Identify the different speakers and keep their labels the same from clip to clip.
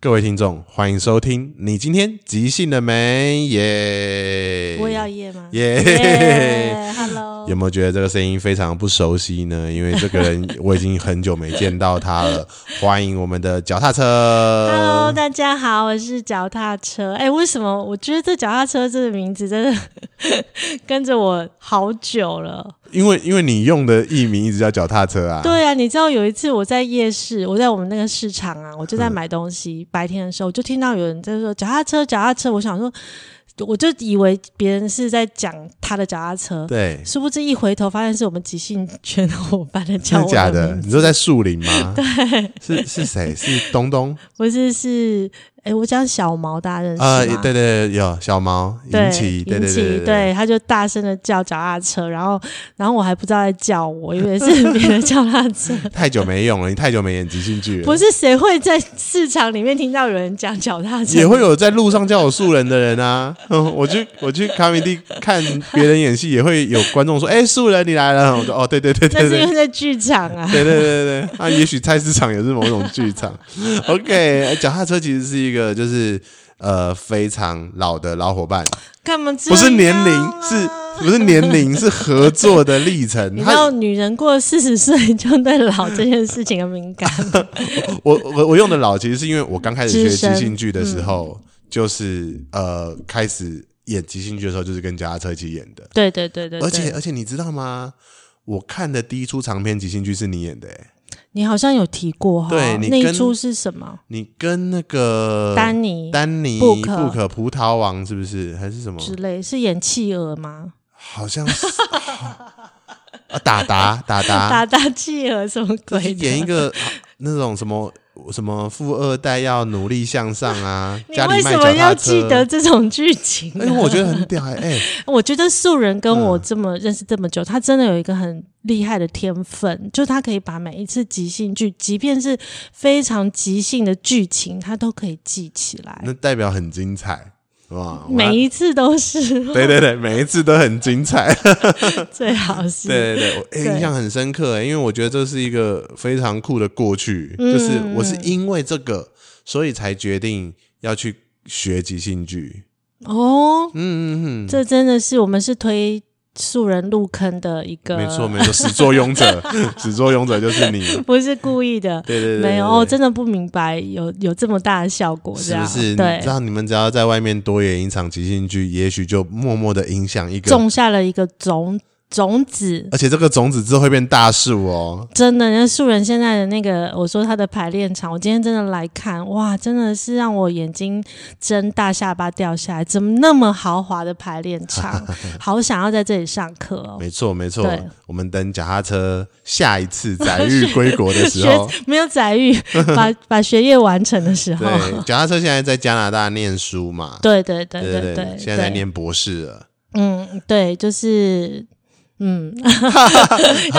Speaker 1: 各位听众，欢迎收听。你今天即兴了没？耶、
Speaker 2: 我也要夜吗？
Speaker 1: 耶、
Speaker 2: 耶 ，Hello，
Speaker 1: 有没有觉得这个声音非常不熟悉呢？因为这个人我已经很久没见到他 了。欢迎我们的脚踏车
Speaker 2: Hello，大家好，我是脚踏车。哎、为什么我觉得这脚踏车这个名字真的 跟着我好久了？
Speaker 1: 因为因为你用的艺名一直叫脚踏车啊。
Speaker 2: 对啊，你知道有一次我在夜市，我在我们那个市场啊，我就在
Speaker 1: 嗯
Speaker 2: 买东西，白天的时候我就听到有人在说脚踏车，脚踏车，我想说，我就以为别人是在讲他的脚踏车。
Speaker 1: 对，
Speaker 2: 殊不知一回头发现是我们即兴圈的伙伴在
Speaker 1: 真
Speaker 2: 叫
Speaker 1: 的
Speaker 2: 我
Speaker 1: 假
Speaker 2: 的
Speaker 1: 的？
Speaker 2: 名字，
Speaker 1: 你说在树林 吗？对，是是谁？是东东？
Speaker 2: 不是是哎、我讲小毛大家认识吗？
Speaker 1: 呃，对对对，有小毛
Speaker 2: 对，
Speaker 1: 引起，对
Speaker 2: 引
Speaker 1: 对
Speaker 2: 起
Speaker 1: 对
Speaker 2: 他就大声的叫脚踏车，然后，然后我还不知道在叫我，以为 是别人叫他车，
Speaker 1: 太久没用了，你太久没演即兴剧了。
Speaker 2: 不是谁会在市场里面听到有人讲脚踏车？
Speaker 1: 也会有在路上叫我素人的人啊。 嗯，我去我去卡米蒂看别人演戏，也会有观众说：“哎、素人你来了。”我说：“哦，对对对
Speaker 2: 那
Speaker 1: 对
Speaker 2: 是因
Speaker 1: 对。
Speaker 2: 为在剧场” 啊。
Speaker 1: 对对对对，啊，也许菜市场也是某种剧场。OK，呃脚踏车其实是一个就是呃非常老的老伙伴，
Speaker 2: 干嘛这
Speaker 1: 不
Speaker 2: 样啊、
Speaker 1: 是年龄，是不是年 龄，是合作的历程。
Speaker 2: 你知
Speaker 1: 他
Speaker 2: 道女人过四十岁就对老这件事情很 敏感，
Speaker 1: 我我我用的老，其实是因为我刚开始学
Speaker 2: 资深
Speaker 1: 即兴剧的时候，
Speaker 2: 嗯
Speaker 1: 就是呃开始演即兴剧的时候，就是跟脚踏车一起演的。
Speaker 2: 对对对对对。
Speaker 1: 而且而且你知道吗？我看的第一出长篇即兴剧是你演的、欸，
Speaker 2: 你好像有提过哈，
Speaker 1: 对你
Speaker 2: 那一
Speaker 1: 跟
Speaker 2: 出是什么？
Speaker 1: 你跟那个
Speaker 2: 丹尼
Speaker 1: 丹尼
Speaker 2: 布克
Speaker 1: 布葡萄王是不是还是什么？
Speaker 2: 之类是演企鹅吗？
Speaker 1: 好像是啊，打 达打达，
Speaker 2: 打打企鹅什么
Speaker 1: 啊就是
Speaker 2: 鬼的？
Speaker 1: 演一个、啊那种什么什么富二代要努力向上 啊，
Speaker 2: 你
Speaker 1: 家里
Speaker 2: 为
Speaker 1: 卖
Speaker 2: 什
Speaker 1: 脚
Speaker 2: 么要
Speaker 1: 踏
Speaker 2: 记
Speaker 1: 车。
Speaker 2: 得这种剧情
Speaker 1: 哎、
Speaker 2: 呢、
Speaker 1: 我觉得很屌哎、哎、
Speaker 2: 我觉得素人跟我这么认识这么久，他真的有一个很厉害的天分，就是他可以把每一次即兴剧，即便是非常即兴的剧情，他都可以记起来
Speaker 1: 那，代表很精彩，哇！我
Speaker 2: 每一次都是
Speaker 1: 对对对，每一次都很精彩。
Speaker 2: 最好是。
Speaker 1: 对对对，我、欸
Speaker 2: 对
Speaker 1: 印象很深刻、欸，因为我觉得这是一个非常酷的过去，就是我是因为这个，所以才决定要去学即兴剧。
Speaker 2: 哦，
Speaker 1: 嗯嗯嗯。
Speaker 2: 这真的是我们是推素人入坑的一个，
Speaker 1: 没错，没错，始作俑者， 始作俑者就是你，
Speaker 2: 不是故意的。
Speaker 1: 对对对，
Speaker 2: 没有，
Speaker 1: 对
Speaker 2: 我真的不明白有有这么大的效果，这
Speaker 1: 是
Speaker 2: 样
Speaker 1: 不是？
Speaker 2: 对
Speaker 1: 你知，道你们只要在外面多演一场即兴剧，也许就默默的影响一个，
Speaker 2: 种下了一个种种子，
Speaker 1: 而且这个种子之后会变大树哦。
Speaker 2: 真的，那素人现在的那个，我说他的排练场，我今天真的来看，哇，真的是让我眼睛睁大，下巴掉下来，怎么那么豪华的排练 场？好想要在这里上课哦。
Speaker 1: 没错，没错
Speaker 2: 对，
Speaker 1: 我们等脚踏车下一次载誉归国的时
Speaker 2: 学
Speaker 1: 候，
Speaker 2: 没有 载誉，把把学业完成的 时候，
Speaker 1: 对，脚踏车现在在加拿大念书嘛，
Speaker 2: 对对对
Speaker 1: 对
Speaker 2: 对对，
Speaker 1: 现在在念博士了，
Speaker 2: 嗯，对，就是嗯，要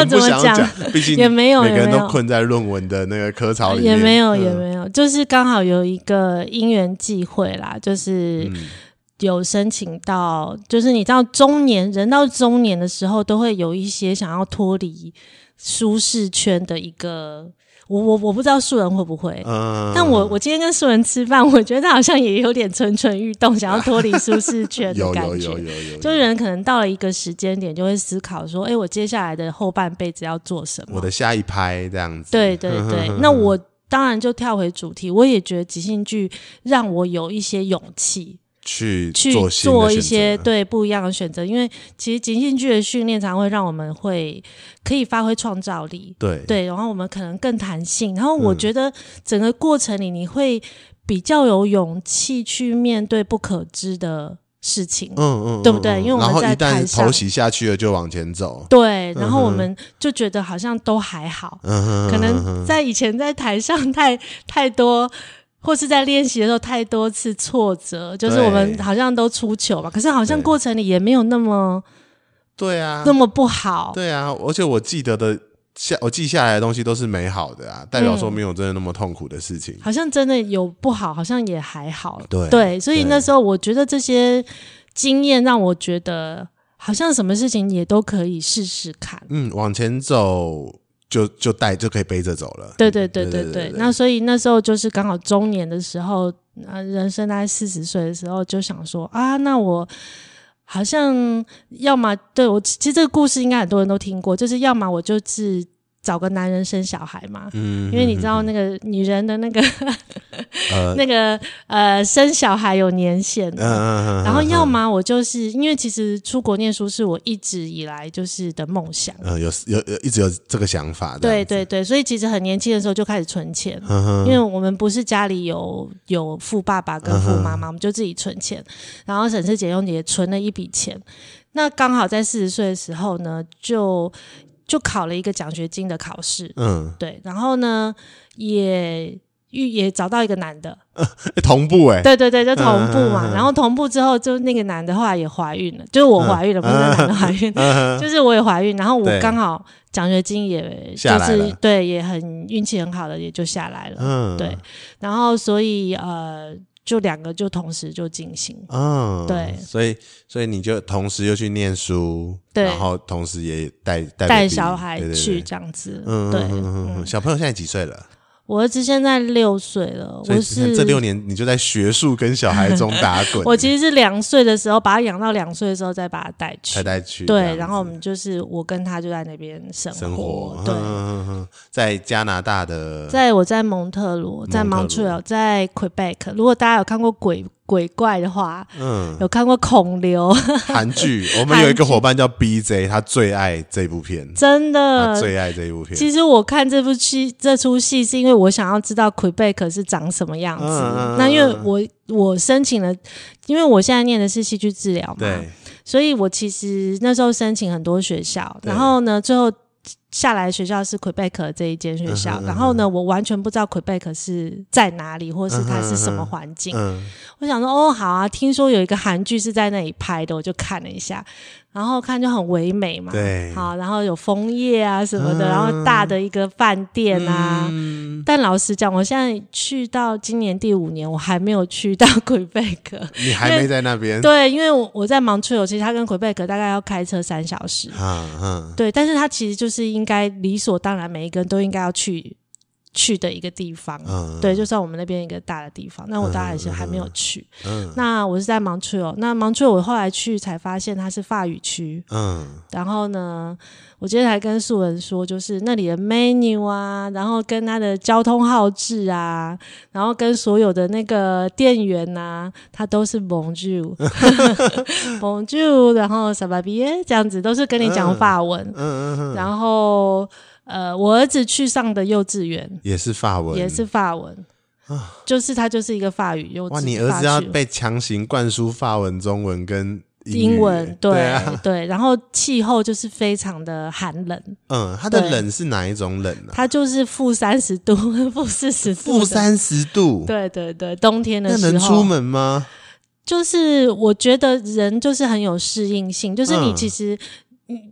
Speaker 1: 很不
Speaker 2: 怎么
Speaker 1: 想
Speaker 2: 讲？，
Speaker 1: 毕竟
Speaker 2: 也没有
Speaker 1: 每个人
Speaker 2: 也没有
Speaker 1: 都困在论文的那个科槽里面，嗯
Speaker 2: 也没有，也
Speaker 1: 有，
Speaker 2: 没有，就是刚好有一个因缘际会啦，就是
Speaker 1: 嗯
Speaker 2: 有申请到，就是你到中年人到中年的时候，都会有一些想要脱离舒适圈的一个，我我我不知道素人会不会。
Speaker 1: 嗯
Speaker 2: 但我我今天跟素人吃饭，我觉得他好像也有点蠢蠢欲动，想要脱离舒适圈的
Speaker 1: 有
Speaker 2: 感
Speaker 1: 有
Speaker 2: 觉
Speaker 1: 有。有有，
Speaker 2: 就是人可能到了一个时间点，就会思考说：“哎、我接下来的后半辈子要做什么？”
Speaker 1: 我的下一拍这样子，
Speaker 2: 对对对，那我当然就跳回主题，我也觉得即兴剧让我有一些勇气
Speaker 1: 去
Speaker 2: 去
Speaker 1: 做新的
Speaker 2: 做一
Speaker 1: 选
Speaker 2: 些
Speaker 1: 择嗯
Speaker 2: 对不一样的选择，因为其实即兴剧的训练常会让我们会可以发挥创造力，
Speaker 1: 对
Speaker 2: 对，然后我们可能更弹性，然后
Speaker 1: 嗯
Speaker 2: 我觉得整个过程里你会比较有勇气去面对不可知的事情。
Speaker 1: 嗯嗯，
Speaker 2: 对不对
Speaker 1: 嗯嗯
Speaker 2: 因为我们
Speaker 1: 然后一
Speaker 2: 在台
Speaker 1: 旦
Speaker 2: 上
Speaker 1: 头洗下去了，就往前走，
Speaker 2: 对，然后我们就觉得好像都还好，
Speaker 1: 嗯
Speaker 2: 可能在以前在台上太太多，或是在练习的时候太多次挫折，就是我们好像都出糗吧，可是好像
Speaker 1: 对
Speaker 2: 过程里也没有那么
Speaker 1: 对啊
Speaker 2: 那，么不好。
Speaker 1: 对啊，而且我记得的。下我记下来的东西都是美好的啊，代表
Speaker 2: 嗯
Speaker 1: 说没有真的那么痛苦的事情。
Speaker 2: 好像真的有不好，好像也还好。
Speaker 1: 对
Speaker 2: 所以
Speaker 1: 对
Speaker 2: 那时候我觉得这些经验让我觉得，好像什么事情也都可以试试看。
Speaker 1: 嗯，往前走就就带就可以背着走了。
Speaker 2: 对对对对
Speaker 1: 对
Speaker 2: 对，那所以那时候就是刚好中年的时候，呃，人生大概四十岁的时候，就想说啊，那我好像要么对我，其实这个故事应该很多人都听过，就是要么我就是找个男人生小孩嘛，
Speaker 1: 嗯，
Speaker 2: 因为你知道那个女人的那个
Speaker 1: 呃，
Speaker 2: 那个呃生小孩有年限
Speaker 1: 嗯
Speaker 2: 的。
Speaker 1: 嗯嗯，
Speaker 2: 然后要
Speaker 1: 么
Speaker 2: 么我就是因为其实出国念书是我一直以来就是的梦想，
Speaker 1: 呃有有有一直有这个想法，
Speaker 2: 对，对对，所以其实很年轻的时候就开始存钱，
Speaker 1: 嗯哼，
Speaker 2: 因为我们不是家里有有富爸爸跟富
Speaker 1: 嗯
Speaker 2: 妈妈，我们就自己存钱，然后省吃俭用也存了一笔钱。那刚好在四十岁的时候呢，就就考了一个奖学金的考试，
Speaker 1: 嗯，
Speaker 2: 对，然后呢也遇也找到一个男的，
Speaker 1: 欸同步哎，
Speaker 2: 对对对，就同步
Speaker 1: 嗯
Speaker 2: 嘛。
Speaker 1: 嗯嗯嗯
Speaker 2: 然后同步之后，就那个男的后来也怀孕了，就是我怀孕
Speaker 1: 嗯
Speaker 2: 了，不是那男的怀孕，就是我也怀孕。然后我
Speaker 1: 对
Speaker 2: 刚好奖学金也就
Speaker 1: 下来
Speaker 2: 是
Speaker 1: 了
Speaker 2: 对，也很运气很好的，也就下来了。
Speaker 1: 嗯，
Speaker 2: 对，然后所以呃，就两个就同时就进行。
Speaker 1: 嗯，
Speaker 2: 对
Speaker 1: 所以所以你就同时又去念书，
Speaker 2: 对
Speaker 1: 然后同时也带带 baby，
Speaker 2: 带小孩
Speaker 1: 对对对
Speaker 2: 去这样子，
Speaker 1: 嗯，
Speaker 2: 对，
Speaker 1: 嗯嗯嗯嗯，
Speaker 2: 嗯
Speaker 1: 小朋友现在几岁了？
Speaker 2: 我儿子现在六岁了，
Speaker 1: 所以
Speaker 2: 我
Speaker 1: 之前
Speaker 2: 是
Speaker 1: 这六年你就在学术跟小孩 中打滚，
Speaker 2: 我其实是两岁的时候把他养到两岁的时候再把他带去
Speaker 1: 才，带去这样
Speaker 2: 对，
Speaker 1: 子
Speaker 2: 然后我们就是我跟他就在那边生
Speaker 1: 生活，
Speaker 2: 对
Speaker 1: 嗯，嗯嗯嗯在加拿大的，
Speaker 2: 在我在蒙特罗，在
Speaker 1: 蒙
Speaker 2: Montreal，
Speaker 1: 特罗
Speaker 2: 在 Quebec，如果大家有看过鬼鬼怪的话，
Speaker 1: 嗯，
Speaker 2: 有看过孔刘，
Speaker 1: 韩剧，我们有一个伙伴叫 BJ，他最爱这部片，
Speaker 2: 真
Speaker 1: 他
Speaker 2: 的
Speaker 1: 啊最爱这部片，
Speaker 2: 其实我看这部戏这出戏是因为我想要知道魁贝克是长什么样子。
Speaker 1: 嗯嗯嗯
Speaker 2: 那因为我我申请了，因为我现在念的是戏剧治疗嘛，
Speaker 1: 对，
Speaker 2: 所以我其实那时候申请很多学校，
Speaker 1: 对
Speaker 2: 然后呢，最后下来的学校是魁贝克这一间学校，
Speaker 1: 嗯哼
Speaker 2: 然后呢，我完全不知道魁贝克是在哪里，或是它是什么环境。
Speaker 1: 嗯，
Speaker 2: 我想说，哦，好啊，听说有一个韩剧是在那里拍的，我就看了一下，然后看就很唯美嘛，
Speaker 1: 对
Speaker 2: 好，然后有枫叶啊什么的，
Speaker 1: 嗯
Speaker 2: 然后大的一个饭店啊。
Speaker 1: 嗯
Speaker 2: 但老实讲，我现在去到今年第五年，我还没有去到 魁北克。
Speaker 1: 你还没在那边，
Speaker 2: 对，因为我我在忙出游，其实它跟魁北克大概要开车三小时。
Speaker 1: 嗯嗯，
Speaker 2: 对，但是它其实就是应该理所当然，每一个人都应该要去去的一个地方。
Speaker 1: 嗯
Speaker 2: 对，就算我们那边一个大的地方，那我当然是还没有去。
Speaker 1: 嗯
Speaker 2: 那我是在 Montreal，那 Montreal 我后来去才发现它是法语区。
Speaker 1: 嗯，
Speaker 2: 然后呢，我今天还跟素文说，就是那里的 menu 啊，然后跟它的交通号志啊，然后跟所有的那个店员呐、啊，它都是 bonjour，bonjour，然后 s a b a b i e 这样子，都是跟你讲法文。
Speaker 1: 嗯
Speaker 2: 然后呃，我儿子去上的幼稚园
Speaker 1: 也是法文，啊
Speaker 2: 也是法文。就是它就是一个法语幼稚
Speaker 1: 哇，你儿
Speaker 2: 法
Speaker 1: 子要
Speaker 2: 学
Speaker 1: 被强行灌输法文、中文跟语
Speaker 2: 英文，对
Speaker 1: 对啊，
Speaker 2: 对，然后气候就是非常的寒冷，
Speaker 1: 嗯，它的
Speaker 2: 对
Speaker 1: 冷是哪一种冷呢？
Speaker 2: 它就是负三十度、 负四十度、
Speaker 1: 负，三十度，
Speaker 2: 对对对，冬天
Speaker 1: 那
Speaker 2: 的
Speaker 1: 能
Speaker 2: 时
Speaker 1: 出
Speaker 2: 候，
Speaker 1: 门吗？
Speaker 2: 就是我觉得人就是很有适应性，就是你
Speaker 1: 嗯
Speaker 2: 其实。嗯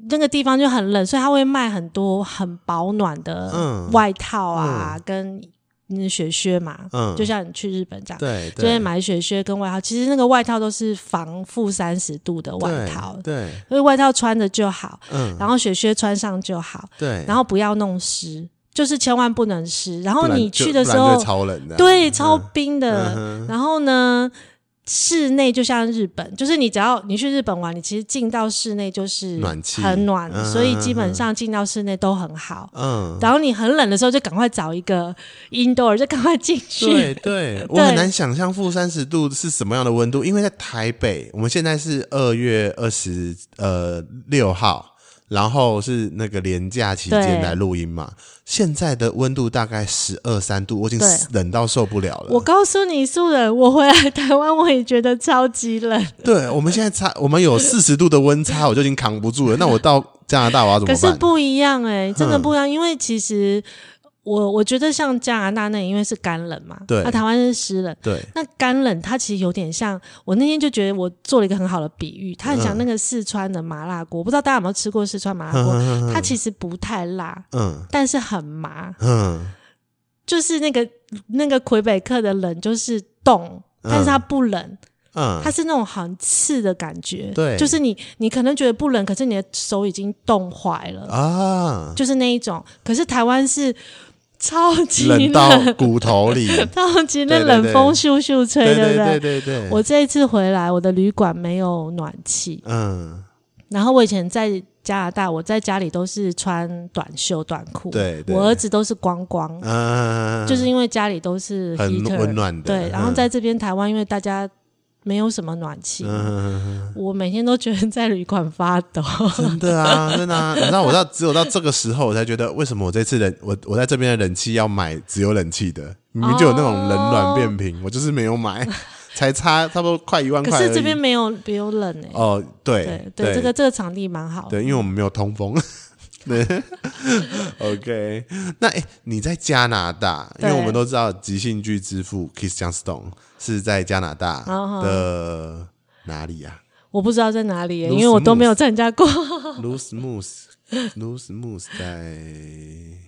Speaker 2: 那个地方就很冷，所以他会卖很多很保暖的
Speaker 1: 嗯
Speaker 2: 外套啊，跟嗯雪靴嘛，
Speaker 1: 嗯
Speaker 2: 就像你去日本这样，
Speaker 1: 对，
Speaker 2: 就会
Speaker 1: 对，
Speaker 2: 买雪靴跟外套。其实那个外套都是防负三十度的外
Speaker 1: 对
Speaker 2: 套，
Speaker 1: 对，
Speaker 2: 所以外套穿着就好，
Speaker 1: 嗯，
Speaker 2: 然后雪靴穿上就好，
Speaker 1: 对，
Speaker 2: 然后不要弄湿，就是千万不能湿。然
Speaker 1: 不
Speaker 2: 后
Speaker 1: 然
Speaker 2: 你
Speaker 1: 就
Speaker 2: 去的
Speaker 1: 不
Speaker 2: 时
Speaker 1: 然就
Speaker 2: 候
Speaker 1: 会，超冷的，，
Speaker 2: 对，超冰的。
Speaker 1: 嗯哼
Speaker 2: 然后呢，室内就像日本，就是你只要你去日本玩，你其实进到室内就是
Speaker 1: 暖气
Speaker 2: 很暖，
Speaker 1: 嗯
Speaker 2: 所以基本上进到室内都很好。
Speaker 1: 嗯，
Speaker 2: 然后你很冷的时候，就赶快找一个 indoor，就赶快进去。
Speaker 1: 对对，我很难想象负三十度是什么样的温度，因为在台北，我们现在是二月二十呃六号，然后是那个连假期间
Speaker 2: 对
Speaker 1: 来录音嘛，现在的温度大概十二三度，我已经
Speaker 2: 对
Speaker 1: 冷到受不了了。
Speaker 2: 我告诉你，素人，我回来台湾我也觉得超级冷。
Speaker 1: 对，我们现在差，我们有四十度的温差，我就已经扛不住了。那我到加拿大我要怎
Speaker 2: 可
Speaker 1: 么
Speaker 2: 是
Speaker 1: 办？嗯
Speaker 2: 不一样哎、真的
Speaker 1: 哼
Speaker 2: 不一样，因为其实我我觉得像加拿大那里，因为是干冷嘛，
Speaker 1: 对
Speaker 2: 那、台湾是湿冷。
Speaker 1: 对，
Speaker 2: 那干冷它其实有点像，我那天就觉得我做了一个很好的比喻，它很像那个四川的麻辣锅，不知道大家有没有吃过四川麻辣锅？它其实不太辣，
Speaker 1: 嗯
Speaker 2: 但是很麻，
Speaker 1: 嗯，
Speaker 2: 就是那个那个魁北克的冷就是冻，但是它不冷，
Speaker 1: 嗯
Speaker 2: 它，是那种很刺的感觉，
Speaker 1: 对
Speaker 2: 就是你你可能觉得不冷，可是你的手已经冻坏了，
Speaker 1: 啊，
Speaker 2: 就是那一种。可是台湾是超级
Speaker 1: 冷 到骨头里，
Speaker 2: 超级
Speaker 1: 对
Speaker 2: 那
Speaker 1: 对
Speaker 2: 冷
Speaker 1: 对
Speaker 2: 风咻咻吹，
Speaker 1: 对
Speaker 2: 不
Speaker 1: 对对对，
Speaker 2: 我这一次回来，我的旅馆没有暖气，
Speaker 1: 嗯，
Speaker 2: 然后我以前在加拿大，我在家里都是穿短袖短裤，
Speaker 1: 对对
Speaker 2: 我儿子都是光光，
Speaker 1: 嗯，
Speaker 2: 就是因为家里都是
Speaker 1: 很
Speaker 2: heater，
Speaker 1: 温暖的，嗯
Speaker 2: 对，然后在这边台湾，因为大家没有什么暖气，
Speaker 1: 嗯，
Speaker 2: 我每天都觉得在旅馆发 抖。
Speaker 1: 真的啊，真的啊，你知道我到只有到这个时候，我才觉得为什么我这次冷，我我在这边的冷气要买只有冷气的，明明就有那种冷暖变频，我就是没有买， 才差差不多快一万
Speaker 2: 哦可
Speaker 1: 块而已。
Speaker 2: 是这边没有没有冷哎、
Speaker 1: 哦，对
Speaker 2: 对对，这个这个场地蛮好的。
Speaker 1: 对，因为我们没有通风。 对，OK 那。诶你在加拿大，因为
Speaker 2: 对
Speaker 1: 我们都知道即兴剧之父 Christian Stone 是在加拿大
Speaker 2: 嗯哼
Speaker 1: 的哪里啊呀、
Speaker 2: 我不知道在哪里、欸，
Speaker 1: Loose
Speaker 2: 因为我都没有参加过。
Speaker 1: 啊、？Loose Moose，Loose Moose 在，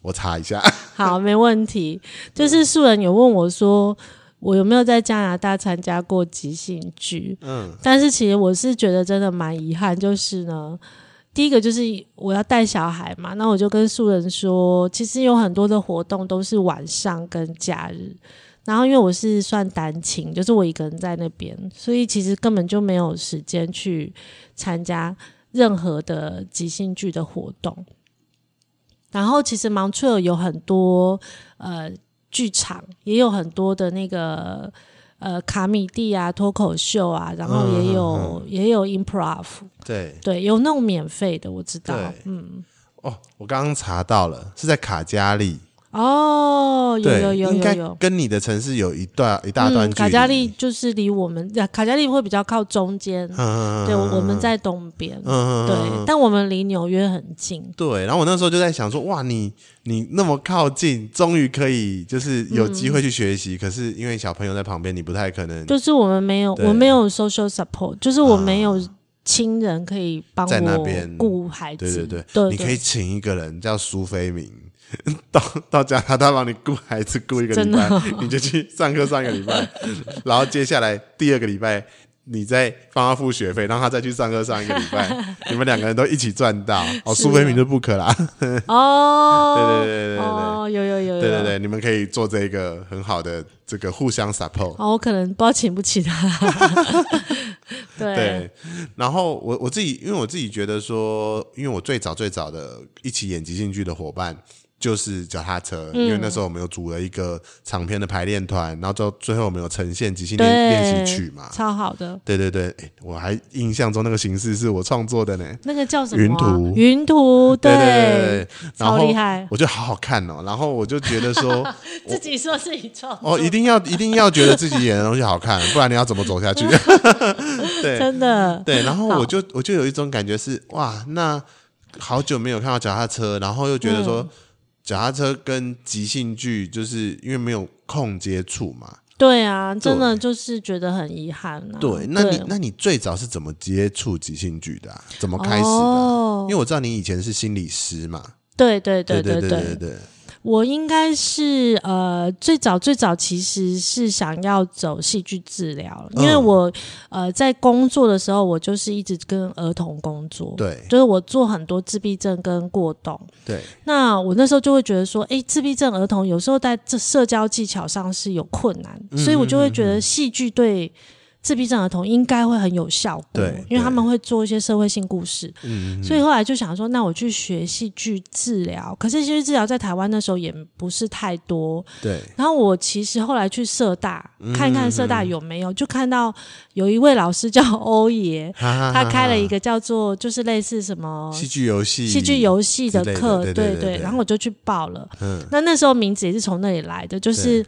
Speaker 1: 我查一 下。
Speaker 2: 好，没问题。就是素人有问我说，我有没有在加拿大参加过即兴剧？
Speaker 1: 嗯，
Speaker 2: 但是其实我是觉得真的蛮遗憾，就是呢，第一个就是我要带小孩嘛，那我就跟素人说，其实有很多的活动都是晚上跟假日。然后因为我是算单亲，就是我一个人在那边，所以其实根本就没有时间去参加任何的即兴剧的活动。然后其实芒翠尔有很多呃剧场，也有很多的那个呃卡米蒂啊、脱口秀啊，然后也有、
Speaker 1: 嗯
Speaker 2: 也有 improv，
Speaker 1: 对，
Speaker 2: 对，有那种免费的，我知道
Speaker 1: 对。
Speaker 2: 嗯，
Speaker 1: 哦，我刚刚查到了，是在卡加利。
Speaker 2: 哦，有
Speaker 1: 对，
Speaker 2: 有有
Speaker 1: 应
Speaker 2: 有
Speaker 1: 该
Speaker 2: 有。
Speaker 1: 跟你的城市有一段一大段距
Speaker 2: 嗯、
Speaker 1: 离。
Speaker 2: 卡加利就是离我们啊卡加利会比较靠中间，
Speaker 1: 嗯，嗯，
Speaker 2: 对，我们
Speaker 1: 嗯
Speaker 2: 在东边，
Speaker 1: 嗯嗯
Speaker 2: 对，但我们离纽约很近，
Speaker 1: 对，然后我那时候就在想说，哇，你你那么靠近，终于可以就是有机
Speaker 2: 嗯
Speaker 1: 会去学习，可是因为小朋友在旁边，你不太可能
Speaker 2: 就是我们没有，
Speaker 1: 对啊
Speaker 2: 我没有 social support，就是我没有亲人可以帮
Speaker 1: 在那
Speaker 2: 我
Speaker 1: 边
Speaker 2: 顾孩
Speaker 1: 对对
Speaker 2: 子，
Speaker 1: 对，
Speaker 2: 对
Speaker 1: 你可以请一个人叫苏菲明 到到加拿大帮你雇孩子雇一个
Speaker 2: 真
Speaker 1: 礼
Speaker 2: 的
Speaker 1: 拜， 你就去上课上一个礼 拜，然后接下来第二个礼拜你再帮他付学费，让他再去上课上一个礼 拜，你们两个人都一起赚到。哦，
Speaker 2: 是
Speaker 1: 苏菲
Speaker 2: 啊
Speaker 1: 明就不可啦，
Speaker 2: 哦，
Speaker 1: 对对对对对对
Speaker 2: 哦，有有有 有，
Speaker 1: 对对对，你们可以做这个很好的这个互相 support。
Speaker 2: 哦，我可能不知道请不起他。对
Speaker 1: 对，然后我我自己，因为我自己觉得说，因为我最早最早的一起演即兴剧的伙伴就是脚踏车，因为那
Speaker 2: 嗯
Speaker 1: 时候我们有组了一个长篇的排练团，然后最后最后我们有呈现即兴练练习曲嘛。
Speaker 2: 超好的。
Speaker 1: 对对对，诶我还印象中那个形式是我创作的呢。
Speaker 2: 那个叫什么啊、
Speaker 1: 云图
Speaker 2: 云图，
Speaker 1: 对对对，然
Speaker 2: 超
Speaker 1: 后
Speaker 2: 厉害
Speaker 1: 我就好好看哦。然后我就觉得 说，
Speaker 2: 自己说自己创作，
Speaker 1: 哦，一定要一定要觉得自己演的东西好看，不然你要怎么走下去？对，
Speaker 2: 真的，
Speaker 1: 对，然后
Speaker 2: 好
Speaker 1: 我就我就有一种感觉是哇，那好久没有看到脚踏车，然后又觉得
Speaker 2: 嗯
Speaker 1: 说脚踏车跟即兴剧就是因为没有空接触嘛。
Speaker 2: 对啊，真的就是觉得很遗憾、啊。
Speaker 1: 对，那你那你最早是怎么接触即兴剧的、啊？怎么开始的啊、
Speaker 2: 哦
Speaker 1: 因为我知道你以前是心理师嘛。
Speaker 2: 对对
Speaker 1: 对
Speaker 2: 对
Speaker 1: 对对
Speaker 2: 对，
Speaker 1: 对，
Speaker 2: 我应该是呃最早最早其实是想要走戏剧治疗，因为
Speaker 1: 嗯
Speaker 2: 我、呃在工作的时候，我就是一直跟儿童工作，
Speaker 1: 对
Speaker 2: 就是我做很多自闭症跟过动，
Speaker 1: 对
Speaker 2: 那我那时候就会觉得说，诶，自闭症儿童有时候在这社交技巧上是有困难，
Speaker 1: 嗯
Speaker 2: 所以我就会觉得戏剧对自闭症儿童应该会很有效果，
Speaker 1: 对
Speaker 2: 因为
Speaker 1: 对
Speaker 2: 他们会做一些社会性故事，
Speaker 1: 嗯
Speaker 2: 所以后来就想说，那我去学戏剧治疗。可是戏剧治疗在台湾那时候也不是太多，
Speaker 1: 对，
Speaker 2: 然后我其实后来去社大
Speaker 1: 嗯
Speaker 2: 看一看社大有没有，就看到有一位老师叫欧爷，
Speaker 1: 哈哈
Speaker 2: 他开了一
Speaker 1: 个
Speaker 2: 个叫做就是类似什么
Speaker 1: 戏剧游戏，
Speaker 2: 戏剧游戏的
Speaker 1: 之
Speaker 2: 课，
Speaker 1: 类的对
Speaker 2: 对
Speaker 1: 对对对
Speaker 2: 然后我就去报了。
Speaker 1: 嗯
Speaker 2: 那那时候名字也是从那里来的，就是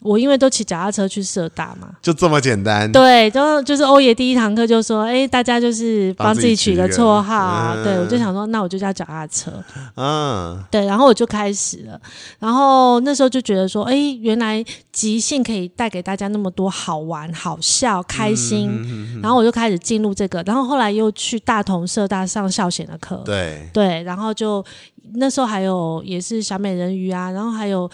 Speaker 2: 我因为都骑脚踏车去社大嘛。
Speaker 1: 就这么简单。
Speaker 2: 对，然后就是欧爷第一堂课就说：“哎，大家就是帮
Speaker 1: 帮
Speaker 2: 自
Speaker 1: 自己
Speaker 2: 己取
Speaker 1: 取
Speaker 2: 个
Speaker 1: 一个
Speaker 2: 绰号啊。
Speaker 1: 嗯
Speaker 2: 对，我就想说，那我就叫脚踏车。
Speaker 1: 嗯，
Speaker 2: 对，然后我就开始了。然后那时候就觉得说，哎，原来即兴可以带给大家那么多好玩、好笑、开心。
Speaker 1: 嗯
Speaker 2: 然后我就开始进入这个，然后后来又去大同社大上校险的课。
Speaker 1: 对，
Speaker 2: 对，然后就那时候还有也是小美人鱼啊，然后还有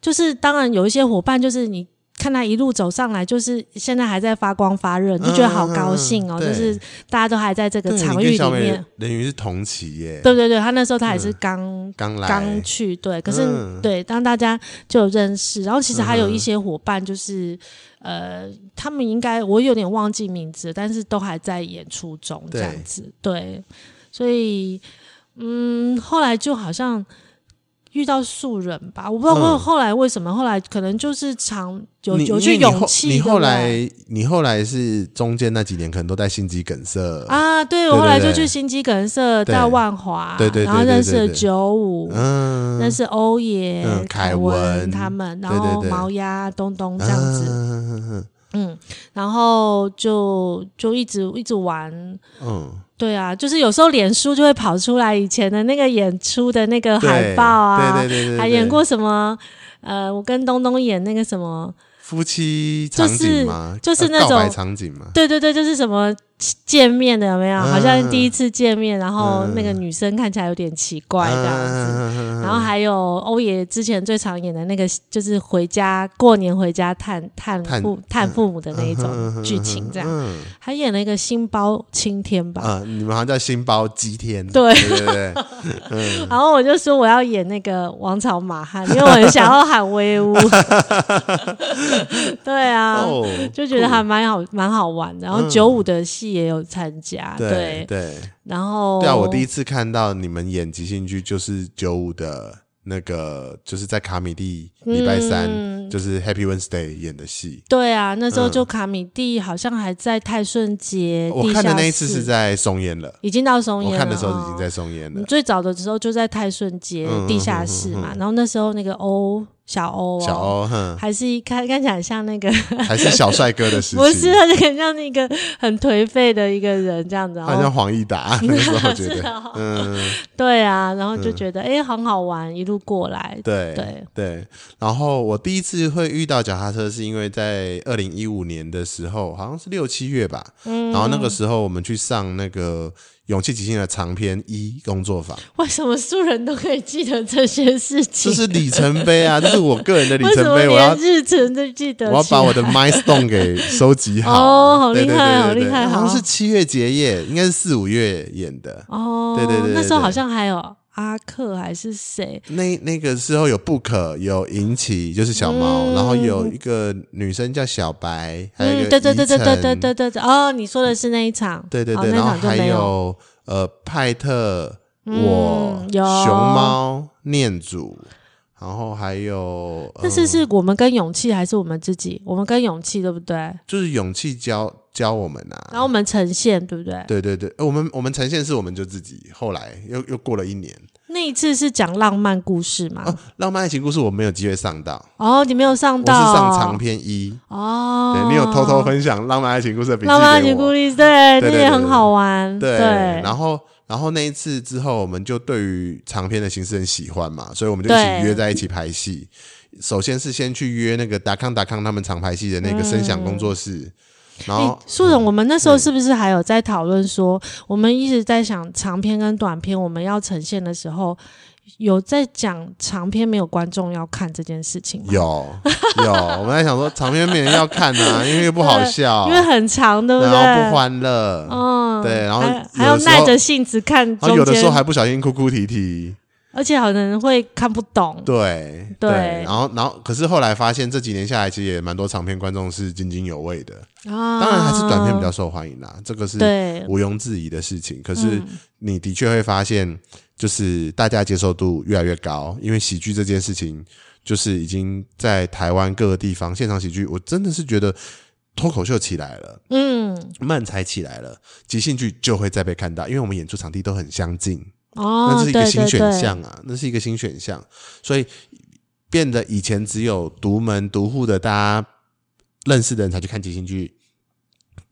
Speaker 2: 就是当然有一些伙伴，就是你看他一路走上来，就是现在还在发光发热，你就觉得好高兴哦，
Speaker 1: 嗯嗯嗯
Speaker 2: 就是大家都还在这个
Speaker 1: 对
Speaker 2: 场
Speaker 1: 你
Speaker 2: 域
Speaker 1: 跟
Speaker 2: 里
Speaker 1: 小美
Speaker 2: 面。
Speaker 1: 人鱼是同期耶，
Speaker 2: 对对对，他那时候他还是刚、
Speaker 1: 刚来，
Speaker 2: 刚去，对，可是、
Speaker 1: 嗯
Speaker 2: 对，当大家就有认识，然后其实还有
Speaker 1: 嗯
Speaker 2: 一
Speaker 1: 哼
Speaker 2: 些伙伴，就是、
Speaker 1: 嗯
Speaker 2: 呃，他们应该我有点忘记名字了，但是都还在演出中这
Speaker 1: 对
Speaker 2: 样子，对，所以嗯，后来就好像遇到素人吧，我不知道后
Speaker 1: 嗯
Speaker 2: 后来为什么，后来可能就是常有
Speaker 1: 你
Speaker 2: 有
Speaker 1: 因为
Speaker 2: 去
Speaker 1: 你后
Speaker 2: 勇气，
Speaker 1: 你
Speaker 2: 对不
Speaker 1: 后
Speaker 2: 对
Speaker 1: 来你后来是中间那几年可能都在心肌梗塞，
Speaker 2: 啊，对
Speaker 1: 对
Speaker 2: 我后来
Speaker 1: 对
Speaker 2: 就
Speaker 1: 对
Speaker 2: 去新机梗社
Speaker 1: 对
Speaker 2: 到万华，
Speaker 1: 对对对
Speaker 2: 然后
Speaker 1: 对
Speaker 2: 认
Speaker 1: 对
Speaker 2: 识了
Speaker 1: 对
Speaker 2: 九五，
Speaker 1: 嗯，
Speaker 2: 那是欧爷、
Speaker 1: 嗯
Speaker 2: 凯
Speaker 1: 凯文
Speaker 2: 他们，然
Speaker 1: 对对
Speaker 2: 后
Speaker 1: 对
Speaker 2: 毛鸭、东东这样子，
Speaker 1: 嗯
Speaker 2: 嗯，然后就就一直一直玩，
Speaker 1: 嗯，
Speaker 2: 对啊，就是有时候脸书就会跑出来以前的那个演出的那个
Speaker 1: 对
Speaker 2: 海报啊，
Speaker 1: 对对对对对，
Speaker 2: 还演过什么？呃，我跟东东演那个什么，
Speaker 1: 夫妻
Speaker 2: 就
Speaker 1: 场
Speaker 2: 是
Speaker 1: 景吗？
Speaker 2: 就是
Speaker 1: 呃
Speaker 2: 那
Speaker 1: 告白
Speaker 2: 种
Speaker 1: 场景吗？
Speaker 2: 对对对，就是什么见面的有没有？好像
Speaker 1: 嗯
Speaker 2: 第一次见面，然后
Speaker 1: 嗯
Speaker 2: 那个女生看起来有点奇怪这样子。
Speaker 1: 嗯
Speaker 2: 然后还有欧爷之前最常演的那个，就是回家过年回家探探
Speaker 1: 探
Speaker 2: 父探父母的那一
Speaker 1: 嗯
Speaker 2: 种
Speaker 1: 哼
Speaker 2: 剧情，这样。
Speaker 1: 嗯
Speaker 2: 还演了一个新包青天吧，
Speaker 1: 啊，你们好像叫新包鸡天，
Speaker 2: 对啊
Speaker 1: 对对 对，嗯
Speaker 2: 然后我就说我要演那个王朝马汉，因为我很想要喊 威武。对啊，
Speaker 1: 哦，
Speaker 2: 就觉得还蛮好蛮好玩的。然后
Speaker 1: 嗯
Speaker 2: 九五的戏也有参加，
Speaker 1: 对
Speaker 2: 对，哦
Speaker 1: 对
Speaker 2: 然后
Speaker 1: 对啊！我第一
Speaker 2: 一
Speaker 1: 次看到你们演即兴剧，就是九五的那个，就是在卡米蒂礼拜三，
Speaker 2: 嗯
Speaker 1: 就是 Happy Wednesday 演的戏。
Speaker 2: 对啊，那时
Speaker 1: 嗯
Speaker 2: 候就卡米蒂好像还在泰顺街，
Speaker 1: 我
Speaker 2: 地
Speaker 1: 看的
Speaker 2: 下
Speaker 1: 那一次
Speaker 2: 室
Speaker 1: 是在松烟了，
Speaker 2: 已经到松烟
Speaker 1: 我
Speaker 2: 了。
Speaker 1: 看的时候已经在
Speaker 2: 哦
Speaker 1: 松烟
Speaker 2: 你
Speaker 1: 了。
Speaker 2: 最早的时候就在泰顺街
Speaker 1: 嗯
Speaker 2: 地下室嘛，然后那时候那个欧小欧、哦，
Speaker 1: 小欧，哼，
Speaker 2: 还是一看看起来很像那个，
Speaker 1: 还是小帅哥的时期，
Speaker 2: 不是，哦他就很像那个很颓废的一个人这样子，然
Speaker 1: 好
Speaker 2: 后
Speaker 1: 像黄义 达那时候觉
Speaker 2: 是
Speaker 1: 得，
Speaker 2: 哦
Speaker 1: 嗯，
Speaker 2: 对啊，然后就觉得哎、诶很好玩，一路过来，
Speaker 1: 对
Speaker 2: 对
Speaker 1: 对。然后我第一次会遇到脚踏车，是因为在二零一五年的时候，好像是六七月吧，
Speaker 2: 嗯
Speaker 1: 然后那个时候我们去上那个勇气即兴的长篇一工作坊，
Speaker 2: 为什么素人都可以记得这些事
Speaker 1: 这
Speaker 2: 情？
Speaker 1: 是里程碑啊，这是我个人的里
Speaker 2: 为什
Speaker 1: 程
Speaker 2: 么
Speaker 1: 碑，我要
Speaker 2: 连日程都记得起
Speaker 1: 我
Speaker 2: 来？
Speaker 1: 要把我 的 milestone 给收集好。
Speaker 2: 哦好
Speaker 1: 对
Speaker 2: 厉
Speaker 1: 对
Speaker 2: 害
Speaker 1: 对
Speaker 2: 好
Speaker 1: 对
Speaker 2: 厉
Speaker 1: 对
Speaker 2: 害
Speaker 1: 好像
Speaker 2: 好
Speaker 1: 是七月结业，应该是四五月演的。
Speaker 2: 哦，
Speaker 1: 对对对对
Speaker 2: 那时候
Speaker 1: 对
Speaker 2: 好像还有阿克还是谁，
Speaker 1: 那那个时候有 Book，有引起就是小毛，
Speaker 2: 嗯
Speaker 1: 然后有一个女生叫小白，还有一
Speaker 2: 嗯，
Speaker 1: 个
Speaker 2: 对对对对
Speaker 1: 宜
Speaker 2: 对
Speaker 1: 晨
Speaker 2: 对对对对，哦，你说的是那一场，
Speaker 1: 对对
Speaker 2: 哦
Speaker 1: 对，
Speaker 2: 那
Speaker 1: 然后
Speaker 2: 场就
Speaker 1: 还
Speaker 2: 没有，
Speaker 1: 有呃派特，
Speaker 2: 嗯
Speaker 1: 我
Speaker 2: 有
Speaker 1: 熊猫念祖，然后还有呃
Speaker 2: 但是是我们跟勇气还是我们自己？我们跟勇气对不对？
Speaker 1: 就是勇气教教我们
Speaker 2: 然
Speaker 1: 啊。
Speaker 2: 后我们呈现对不对？
Speaker 1: 对对对，呃我们我们呈现是我们就自己，后来又又过了一年
Speaker 2: 那一次是讲浪漫故事嘛？
Speaker 1: 啊，浪漫爱情故事我没有机会上到，
Speaker 2: 哦，你没有上
Speaker 1: 我
Speaker 2: 到，
Speaker 1: 是上长篇一，
Speaker 2: 哦。
Speaker 1: 对你有偷偷分享浪漫爱情故事的笔记
Speaker 2: 浪漫爱
Speaker 1: 给
Speaker 2: 情
Speaker 1: 我
Speaker 2: 故
Speaker 1: 对
Speaker 2: 事，对，那
Speaker 1: 对
Speaker 2: 也
Speaker 1: 对
Speaker 2: 很
Speaker 1: 对
Speaker 2: 好玩，
Speaker 1: 对，
Speaker 2: 对
Speaker 1: 然后然后那一次之后，我们就对于长篇的形式很喜欢嘛，所以我们就一
Speaker 2: 对
Speaker 1: 起约在一起排戏。首先是先去约那个达康达康他们常排戏的那个声响工作室，然
Speaker 2: 哎
Speaker 1: 后，
Speaker 2: 素嗯荣，我们那时候是不是还有在讨论说，我们一直在想长篇跟短篇我们要呈现的时候，有在讲长篇没有观众要看这件事情吗？
Speaker 1: 有有，我们在想说长篇没人要看啊，因为又不好笑，
Speaker 2: 因为很长，对不对？
Speaker 1: 然后不欢乐，
Speaker 2: 嗯，
Speaker 1: 对然后
Speaker 2: 还
Speaker 1: 有的
Speaker 2: 还要
Speaker 1: 时候
Speaker 2: 耐着性子看
Speaker 1: 然后
Speaker 2: 中
Speaker 1: 有的时候
Speaker 2: 间，
Speaker 1: 还不小心哭哭啼啼，
Speaker 2: 而且好多人会看不懂。
Speaker 1: 对
Speaker 2: 对
Speaker 1: 然后然后可是后来发现这几年下来，其实也蛮多长篇观众是津津有味的，
Speaker 2: 啊，
Speaker 1: 当然还是短片比较受欢迎啦，这个是
Speaker 2: 对，嗯
Speaker 1: 毋庸置疑的事情。可
Speaker 2: 可
Speaker 1: 是你的确会发现，就是大家接受度越来越高，因为喜剧这件事情，就是已经在台湾各个地方现场喜剧，我真的是觉得脱口秀起来了，
Speaker 2: 嗯，
Speaker 1: 漫才起来了，即兴剧就会再被看到，因为我们演出场地都很相近，
Speaker 2: 哦，
Speaker 1: 那是一个
Speaker 2: 对
Speaker 1: 新
Speaker 2: 对
Speaker 1: 选
Speaker 2: 对
Speaker 1: 项啊，那是一个新选项，所以变得以前只有独门独户的大家认识的人才去看即兴剧，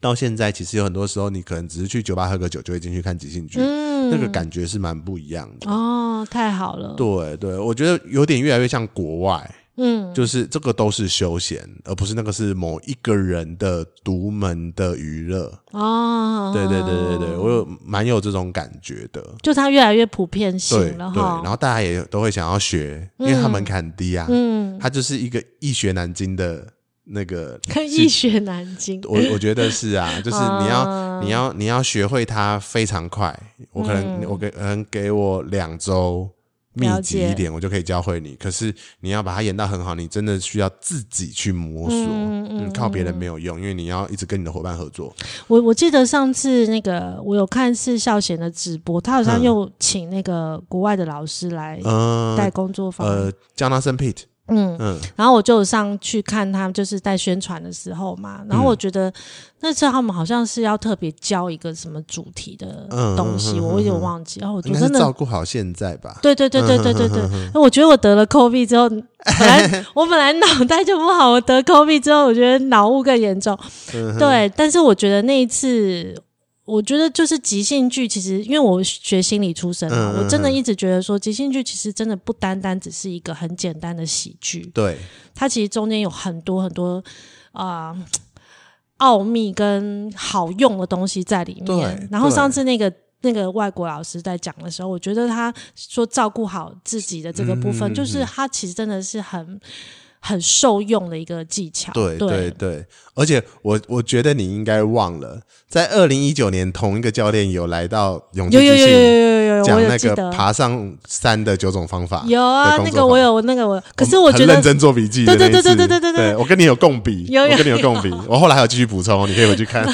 Speaker 1: 到现在其实有很多时候你可能只是去酒吧喝个酒就会进去看即兴剧，
Speaker 2: 嗯，
Speaker 1: 那个感觉是蛮不一样的。
Speaker 2: 哦，太好了，
Speaker 1: 对对，我觉得有点越来越像国外，
Speaker 2: 嗯，
Speaker 1: 就是这个都是休闲，而不是那个是某一个人的独门的娱乐。
Speaker 2: 哦，
Speaker 1: 对对对对对，我有蛮有这种感觉的。
Speaker 2: 就它越来越普遍
Speaker 1: 对
Speaker 2: 性了
Speaker 1: 对，
Speaker 2: 哈。
Speaker 1: 然后大家也都会想要学，因为它门槛低啊，
Speaker 2: 嗯，
Speaker 1: 它就是一个易学难精的那个
Speaker 2: 一血难精。
Speaker 1: 我我觉得是 啊，就是你要、你要你要学会它非常快。我可
Speaker 2: 嗯
Speaker 1: 能、我给可能给我两周密
Speaker 2: 了
Speaker 1: 集
Speaker 2: 解
Speaker 1: 一点，我就可以教会你。可是你要把它演到很好，你真的需要自己去摸索，
Speaker 2: 嗯嗯
Speaker 1: 嗯靠别人没有用，因为你要一直跟你的伙伴合作。
Speaker 2: 我我记得上次那个我有看是孝贤的直播，他好像
Speaker 1: 嗯
Speaker 2: 又请那个国外的老师来
Speaker 1: 嗯、
Speaker 2: 带工作坊，
Speaker 1: 呃，Jonathan Pitt，
Speaker 2: 嗯，
Speaker 1: 嗯
Speaker 2: 然后我就有上去看他们，就是在宣传的时候嘛。然后
Speaker 1: 嗯
Speaker 2: 我觉得那次他们好像是要特别教一个什么主题的
Speaker 1: 嗯
Speaker 2: 东西，
Speaker 1: 嗯嗯嗯
Speaker 2: 我有点忘记。哦，我
Speaker 1: 应该
Speaker 2: 真
Speaker 1: 是嗯照
Speaker 2: 的，
Speaker 1: 顾好现在吧。
Speaker 2: 对对对对对对对。哎我觉得我得了 COVID 之后，本来我本来脑袋就不好，我得 COVID 之后，我觉得脑雾更严重。
Speaker 1: 嗯哼
Speaker 2: 对，但是我觉得那一次，我觉得就是即兴剧，其实因为我学心理出身嘛，
Speaker 1: 嗯嗯
Speaker 2: 我真的
Speaker 1: 嗯
Speaker 2: 一直觉得说，即兴剧其实真的不单单只是一个很简单的喜剧，
Speaker 1: 对，
Speaker 2: 它其实中间有很多很多啊。奥秘跟好用的东西在里面
Speaker 1: 对。
Speaker 2: 然后
Speaker 1: 对
Speaker 2: 上次那个那个外国老师在讲的时候，我觉得他说照顾好自己的这个部
Speaker 1: 嗯
Speaker 2: 分，
Speaker 1: 嗯嗯
Speaker 2: 就是他其实真的是很很受用的一个技巧。
Speaker 1: 对对对，而且我我觉得你应该忘了，在二零一九年，同一个教练有来到永
Speaker 2: 有
Speaker 1: 进
Speaker 2: 有
Speaker 1: 之
Speaker 2: 有有
Speaker 1: 信
Speaker 2: 有有有，我
Speaker 1: 讲
Speaker 2: 有
Speaker 1: 那
Speaker 2: 记
Speaker 1: 个
Speaker 2: 得。
Speaker 1: 爬上山的九种方法，
Speaker 2: 有啊，
Speaker 1: 的工
Speaker 2: 那
Speaker 1: 作
Speaker 2: 个
Speaker 1: 坊
Speaker 2: 我有，我那个我，可是我觉
Speaker 1: 很
Speaker 2: 得
Speaker 1: 认真做笔记的
Speaker 2: 对
Speaker 1: 那
Speaker 2: 对
Speaker 1: 一次，
Speaker 2: 对对对对对对
Speaker 1: 我跟你有共笔，
Speaker 2: 有有
Speaker 1: 我跟你有共 笔，我后来还有继续补充，你可以回去看，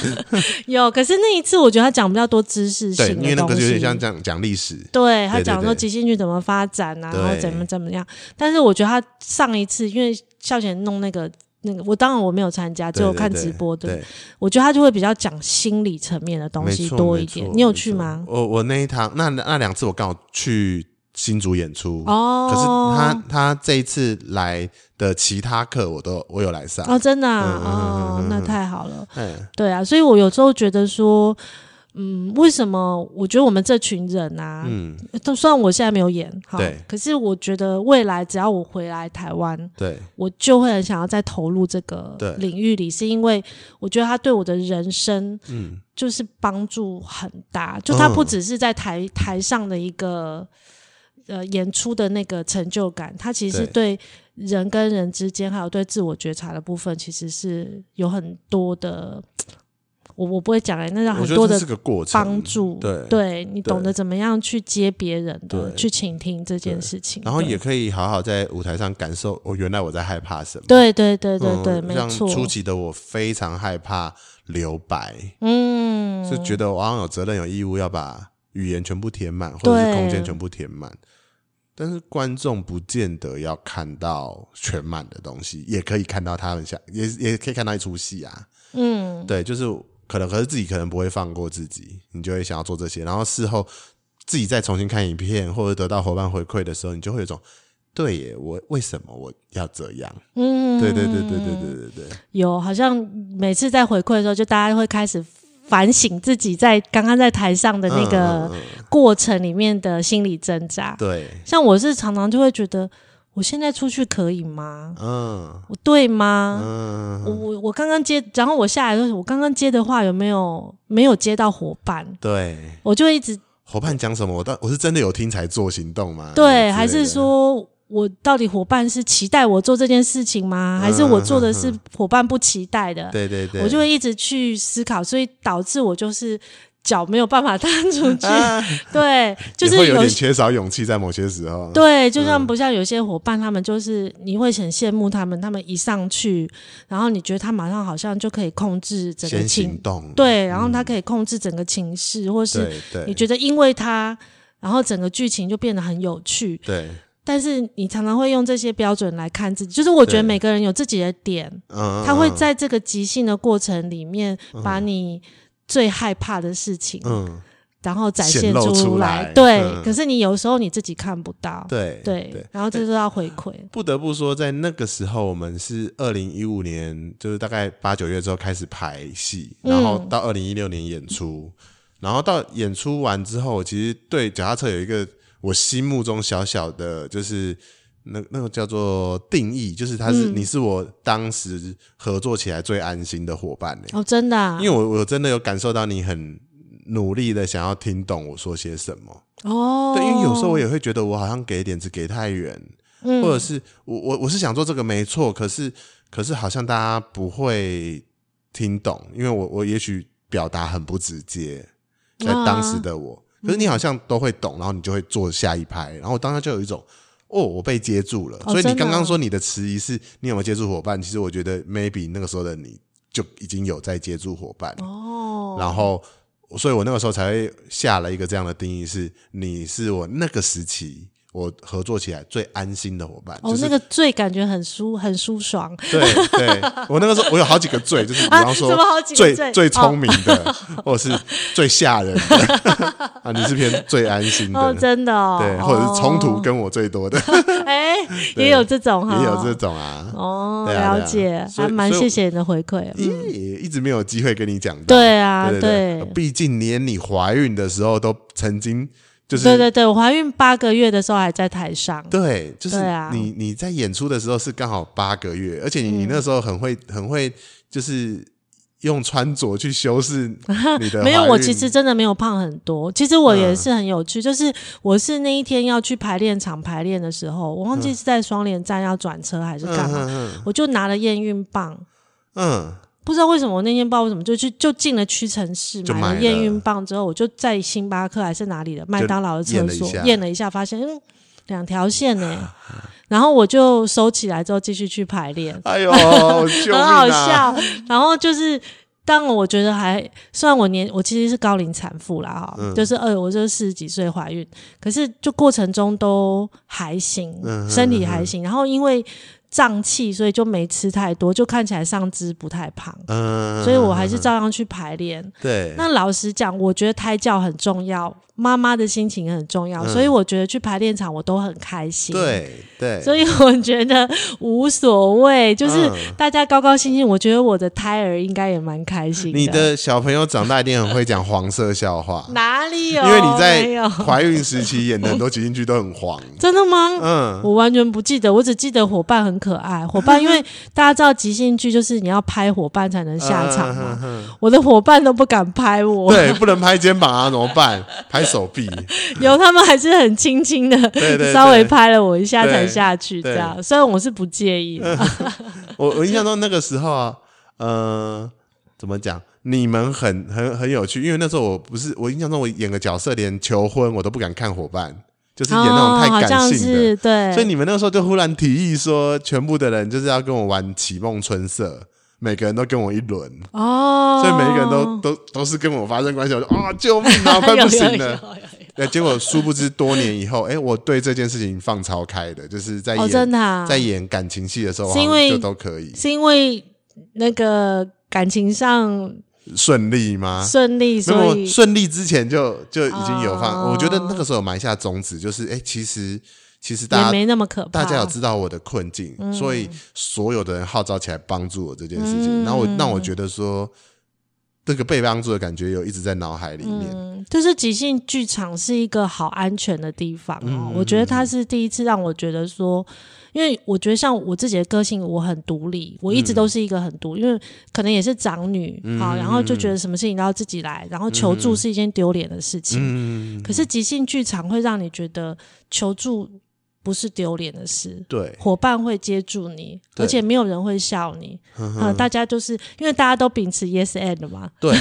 Speaker 2: 有，可是那一次我觉得他讲比较多知识性
Speaker 1: 对，
Speaker 2: 的
Speaker 1: 因为那个
Speaker 2: 东
Speaker 1: 就有点
Speaker 2: 西
Speaker 1: 像讲讲历史，
Speaker 2: 对他
Speaker 1: 对对
Speaker 2: 讲说
Speaker 1: 对
Speaker 2: 即兴剧怎么发展啊，然后
Speaker 1: 对
Speaker 2: 怎么怎么样。但是我觉得他上一次因为孝贤弄那个那个，我当然我没有参加，只
Speaker 1: 对
Speaker 2: 有
Speaker 1: 对
Speaker 2: 看
Speaker 1: 对
Speaker 2: 直播的。
Speaker 1: 对，
Speaker 2: 我觉得他就会比较讲心理层面的东
Speaker 1: 没
Speaker 2: 西
Speaker 1: 错
Speaker 2: 多
Speaker 1: 没
Speaker 2: 一点
Speaker 1: 错。
Speaker 2: 你有
Speaker 1: 没
Speaker 2: 去
Speaker 1: 错
Speaker 2: 吗？
Speaker 1: 我我那一堂那那两次我刚好去新竹演出，
Speaker 2: 哦，
Speaker 1: 可是他他这一次来的其他课我都我有来上，
Speaker 2: 哦，真的啊
Speaker 1: 嗯嗯嗯嗯
Speaker 2: 哦，
Speaker 1: 嗯
Speaker 2: 那太好了。
Speaker 1: 嗯
Speaker 2: 对啊，所以我有时候觉得说，嗯，为什么我觉得我们这群人啊，
Speaker 1: 嗯，
Speaker 2: 都虽然我现在没有演，好
Speaker 1: 对，
Speaker 2: 可是我觉得未来只要我回来台湾，
Speaker 1: 对
Speaker 2: 我就会很想要再投入这个
Speaker 1: 对
Speaker 2: 领域里，是因为我觉得它对我的人生
Speaker 1: 嗯
Speaker 2: 就是帮助很大，就它不
Speaker 1: 嗯
Speaker 2: 只是在台、台上的一个呃演出的那个成就感，它其实对人跟人之间，还有对自我觉察的部分，其实是有很多的，我我不会讲哎、那让
Speaker 1: 我
Speaker 2: 很
Speaker 1: 觉
Speaker 2: 多
Speaker 1: 得这
Speaker 2: 的
Speaker 1: 是个过程，
Speaker 2: 帮助，
Speaker 1: 对
Speaker 2: 你懂得怎么样去接别人的，
Speaker 1: 对
Speaker 2: 去倾听这件事情，
Speaker 1: 然后
Speaker 2: 对
Speaker 1: 也可以好好在舞台上感受，哦，原来我在害怕什么。
Speaker 2: 对对对对
Speaker 1: 嗯
Speaker 2: 对，没
Speaker 1: 像
Speaker 2: 错，
Speaker 1: 初期的我非常害怕留白，
Speaker 2: 嗯，
Speaker 1: 是觉得我好像有责任、有义务要把语言全部填满，或者是空间全部填满。但是观众不见得要看到全满的东西，也可以看到他们想，也也可以看到一出戏啊。
Speaker 2: 嗯，
Speaker 1: 对，就是可能，可是自己可能不会放过自己，你就会想要做这些。然后事后自己再重新看影片，或者得到伙伴回馈的时候，你就会有一种，对耶，我为什么我要这样？
Speaker 2: 嗯，
Speaker 1: 对对对对对对对对。
Speaker 2: 有，好像每次在回馈的时候，就大家会开始反省自己在刚刚在台上的那
Speaker 1: 嗯
Speaker 2: 个
Speaker 1: 嗯嗯
Speaker 2: 过程里面的心理挣扎。
Speaker 1: 对，
Speaker 2: 像我是常常就会觉得，我现在出去可以吗？
Speaker 1: 嗯
Speaker 2: 我对吗？
Speaker 1: 嗯，
Speaker 2: 我我我刚刚接，然后我下来的时候，我刚刚接的话有没有没有接到伙伴？
Speaker 1: 对。
Speaker 2: 我就一直
Speaker 1: 伙伴讲什么，我到我是真的有听才做行动吗？之类
Speaker 2: 对，
Speaker 1: 的
Speaker 2: 还是说我到底伙伴是期待我做这件事情吗？还是我做的是伙伴不期待的？
Speaker 1: 对对对，
Speaker 2: 我就会一直去思考，所以导致我就是脚没有办法踏出 去。
Speaker 1: 啊
Speaker 2: 对， 就
Speaker 1: 也
Speaker 2: 是
Speaker 1: 会有
Speaker 2: 有
Speaker 1: 点嗯缺少勇气，在某些时候，
Speaker 2: 对，就像不像有些伙伴，他们就是你会很羡慕他们，他们一上去，然后你觉得他马上好像就可以控制整个
Speaker 1: 先行
Speaker 2: 情，
Speaker 1: 动，
Speaker 2: 对，然后他可以控制整个情势，或是
Speaker 1: 对对，
Speaker 2: 你觉得因为他。然后整个剧情就变得很有趣，
Speaker 1: 对，
Speaker 2: 但是你常常会用这些标准来看自己，就是我觉得
Speaker 1: 对
Speaker 2: 每个人有自己的点，
Speaker 1: 嗯，
Speaker 2: 他会
Speaker 1: 嗯
Speaker 2: 在这个即兴的过程里面，把你最害怕的事情，
Speaker 1: 嗯，
Speaker 2: 然后展现
Speaker 1: 显露出
Speaker 2: 来。
Speaker 1: 来
Speaker 2: 对，
Speaker 1: 嗯
Speaker 2: 可是你有时候你自己看不到，
Speaker 1: 对
Speaker 2: 对，
Speaker 1: 对。
Speaker 2: 然后这就要回馈。
Speaker 1: 不得不说，在那个时候，我们是二零一五年，就是大概八九月之后开始排戏，
Speaker 2: 嗯
Speaker 1: 然后到二零一六年演出，然后到演出完之后，我其实对脚踏车有一个我心目中小小的，就是那那个叫做定义，就是它是、
Speaker 2: 嗯
Speaker 1: 你是我当时合作起来最安心的伙伴、欸
Speaker 2: 哦，真的、啊
Speaker 1: 因为，我我真的有感受到你很努力的想要听懂我说些什么。
Speaker 2: 哦，
Speaker 1: 对，因为有时候我也会觉得我好像给点子给太远，
Speaker 2: 嗯
Speaker 1: 或者是我我我是想做这个没错，可是可是好像大家不会听懂，因为我我也许表达很不直接，在当时的我，
Speaker 2: 啊
Speaker 1: 可是你
Speaker 2: 嗯
Speaker 1: 好像都会懂，然后你就会做下一拍，然后我当下就有一种。哦，我被接住了，所
Speaker 2: 哦
Speaker 1: 以你
Speaker 2: 真的
Speaker 1: 刚刚
Speaker 2: 哦
Speaker 1: 说你的迟疑是你有没有接住伙伴？其实我觉得 maybe 那个时候的你就已经有在接住伙伴，
Speaker 2: 哦，
Speaker 1: 然后，所以我那个时候才会下了一个这样的定义是：你是我那个时期我合作起来最安心的伙伴。
Speaker 2: 哦
Speaker 1: 就，是、
Speaker 2: 那个醉感觉很舒很舒爽，
Speaker 1: 对对，我那个时候我有好几个最，就是比
Speaker 2: 啊
Speaker 1: 方说
Speaker 2: 怎么好几个
Speaker 1: 最、
Speaker 2: 最
Speaker 1: 最聪明的，或者是最吓人的 啊，你是偏最安心的。
Speaker 2: 哦，真的哦，
Speaker 1: 嗯对，或者是冲突跟我最 多的，
Speaker 2: 哦，哎，
Speaker 1: 对
Speaker 2: 也有这种哈，
Speaker 1: 也有这种啊，
Speaker 2: 哦，
Speaker 1: 对啊对啊
Speaker 2: 了解，
Speaker 1: 所以
Speaker 2: 还蛮
Speaker 1: 所以
Speaker 2: 谢谢你的回馈，嗯
Speaker 1: 咦，一直没有机会跟你讲到。
Speaker 2: 对啊
Speaker 1: 对
Speaker 2: 对
Speaker 1: 毕竟连你怀孕的时候都曾经就是
Speaker 2: 对对对，我怀孕八个月的时候还在台上，
Speaker 1: 对，就是你、
Speaker 2: 对啊嗯
Speaker 1: 你在演出的时候是刚好八个月，而且你、你那时候很会很会，就是用穿着去修饰你的怀孕。 嗯
Speaker 2: 没有，我其实真的没有胖很多。其实我也是很有趣，就是我是那一天要去排练场排练的时候，我忘记是在双连站要转车还是干嘛，
Speaker 1: 嗯
Speaker 2: 我就拿了验孕棒。
Speaker 1: 嗯
Speaker 2: 不知道为什么，我那天不知道为什么就去就进了屈臣氏
Speaker 1: 就买
Speaker 2: 买
Speaker 1: 了
Speaker 2: 了验孕棒之后，我就在星巴克还是哪里的麦当劳的
Speaker 1: 验
Speaker 2: 厕
Speaker 1: 了一
Speaker 2: 所
Speaker 1: 下
Speaker 2: 验了一下，发现嗯两 条线呢、然后我就收起来之后继续去排练。
Speaker 1: 哎 呦，救命
Speaker 2: 很
Speaker 1: 啊
Speaker 2: 好！笑。然后就是，当我觉得还，虽然我年我其实是高龄产妇啦哈、
Speaker 1: 嗯
Speaker 2: 就是呃，我就是四十几岁怀孕，可是就过程中都还行，
Speaker 1: 嗯
Speaker 2: 身体还行。然后因为胀气，所以就没吃太多，就看起来上肢不太胖。
Speaker 1: 嗯，
Speaker 2: 所以我还是照样去排练。
Speaker 1: 对，
Speaker 2: 那老实讲，我觉得胎教很重要，妈妈的心情很重要，所以我觉得去排练场我都很开心。
Speaker 1: 嗯对对，
Speaker 2: 所
Speaker 1: 以
Speaker 2: 以我觉得无所谓，就是
Speaker 1: 嗯
Speaker 2: 大家高高兴兴。我觉得我的胎儿应该也蛮开心，
Speaker 1: 你的小朋友长大一定很会讲黄色笑话
Speaker 2: 哪里有？
Speaker 1: 因为你
Speaker 2: 没
Speaker 1: 在
Speaker 2: 有
Speaker 1: 怀孕时期演的很多情景剧都很 黄。
Speaker 2: 真的吗？
Speaker 1: 嗯，
Speaker 2: 我完全不记得，我只记得伙伴很可爱。伙伴，因为大家知道即兴剧就是你要拍伙伴才能下场
Speaker 1: 嗯
Speaker 2: 嘛，我的伙伴都不敢拍我，
Speaker 1: 对，不能拍肩膀啊，怎么办？拍手臂。
Speaker 2: 有他们还是很轻轻的
Speaker 1: 对对
Speaker 2: 稍微拍了我一下
Speaker 1: 对
Speaker 2: 才下去，
Speaker 1: 对嗯
Speaker 2: 这样。虽然我是不介意啊的，
Speaker 1: 我我印象中那个时候啊，呃，怎么讲？你们很很很有趣，因为那时候我不是我印象中我演个角色，连求婚我都不敢看伙伴，就是演
Speaker 2: 哦
Speaker 1: 那种
Speaker 2: 好
Speaker 1: 太
Speaker 2: 像
Speaker 1: 感性的。
Speaker 2: 是对，
Speaker 1: 所以你们那个时候就忽然提议说，全部的人就是要跟我玩启梦春色，每个人都跟我一轮，
Speaker 2: 哦，
Speaker 1: 所以每一个人 都都都是跟我发生关系，我就啊救命 啊，快不行了。那结果殊不知多年以后，哎、我对这件事情放超开的，就是在演、
Speaker 2: 哦，真的、啊，
Speaker 1: 在演感情戏的时候，好
Speaker 2: 是
Speaker 1: 像
Speaker 2: 因为
Speaker 1: 就都可以
Speaker 2: 是因为那个感情上
Speaker 1: 顺利吗？
Speaker 2: 顺
Speaker 1: 啊
Speaker 2: 利，
Speaker 1: 没
Speaker 2: 所
Speaker 1: 有
Speaker 2: 以
Speaker 1: 顺利之前就就已经有放，
Speaker 2: 哦
Speaker 1: 我觉得那个时候有埋下种子，就是哎、诶其实其实
Speaker 2: 也
Speaker 1: 大家
Speaker 2: 没那嗯么可
Speaker 1: 大
Speaker 2: 怕。
Speaker 1: 家有知道我的困境，所以所有的人号召起来帮助我这件事
Speaker 2: 嗯
Speaker 1: 情，然后我让我觉得说，这个被帮助的感觉有一直在脑海里面。
Speaker 2: 嗯，就是即兴剧场是一个好安全的地方
Speaker 1: 嗯
Speaker 2: 哦。我觉得它是第一次让我觉得说，因为我觉得像我自己的个性，我很独立，我一直都是一个很
Speaker 1: 嗯
Speaker 2: 独，因为可能也是长女好，然后就觉得什么事情都要自己来，然后求助是一件丢脸的事情。
Speaker 1: 嗯，
Speaker 2: 可是即兴剧场会让你觉得求助不是丢脸的事，
Speaker 1: 对，
Speaker 2: 伙伴会接住你，
Speaker 1: 对
Speaker 2: 而且没有人会笑你。嗯、大家就是因为大家都秉持 yes and 嘛，
Speaker 1: 对，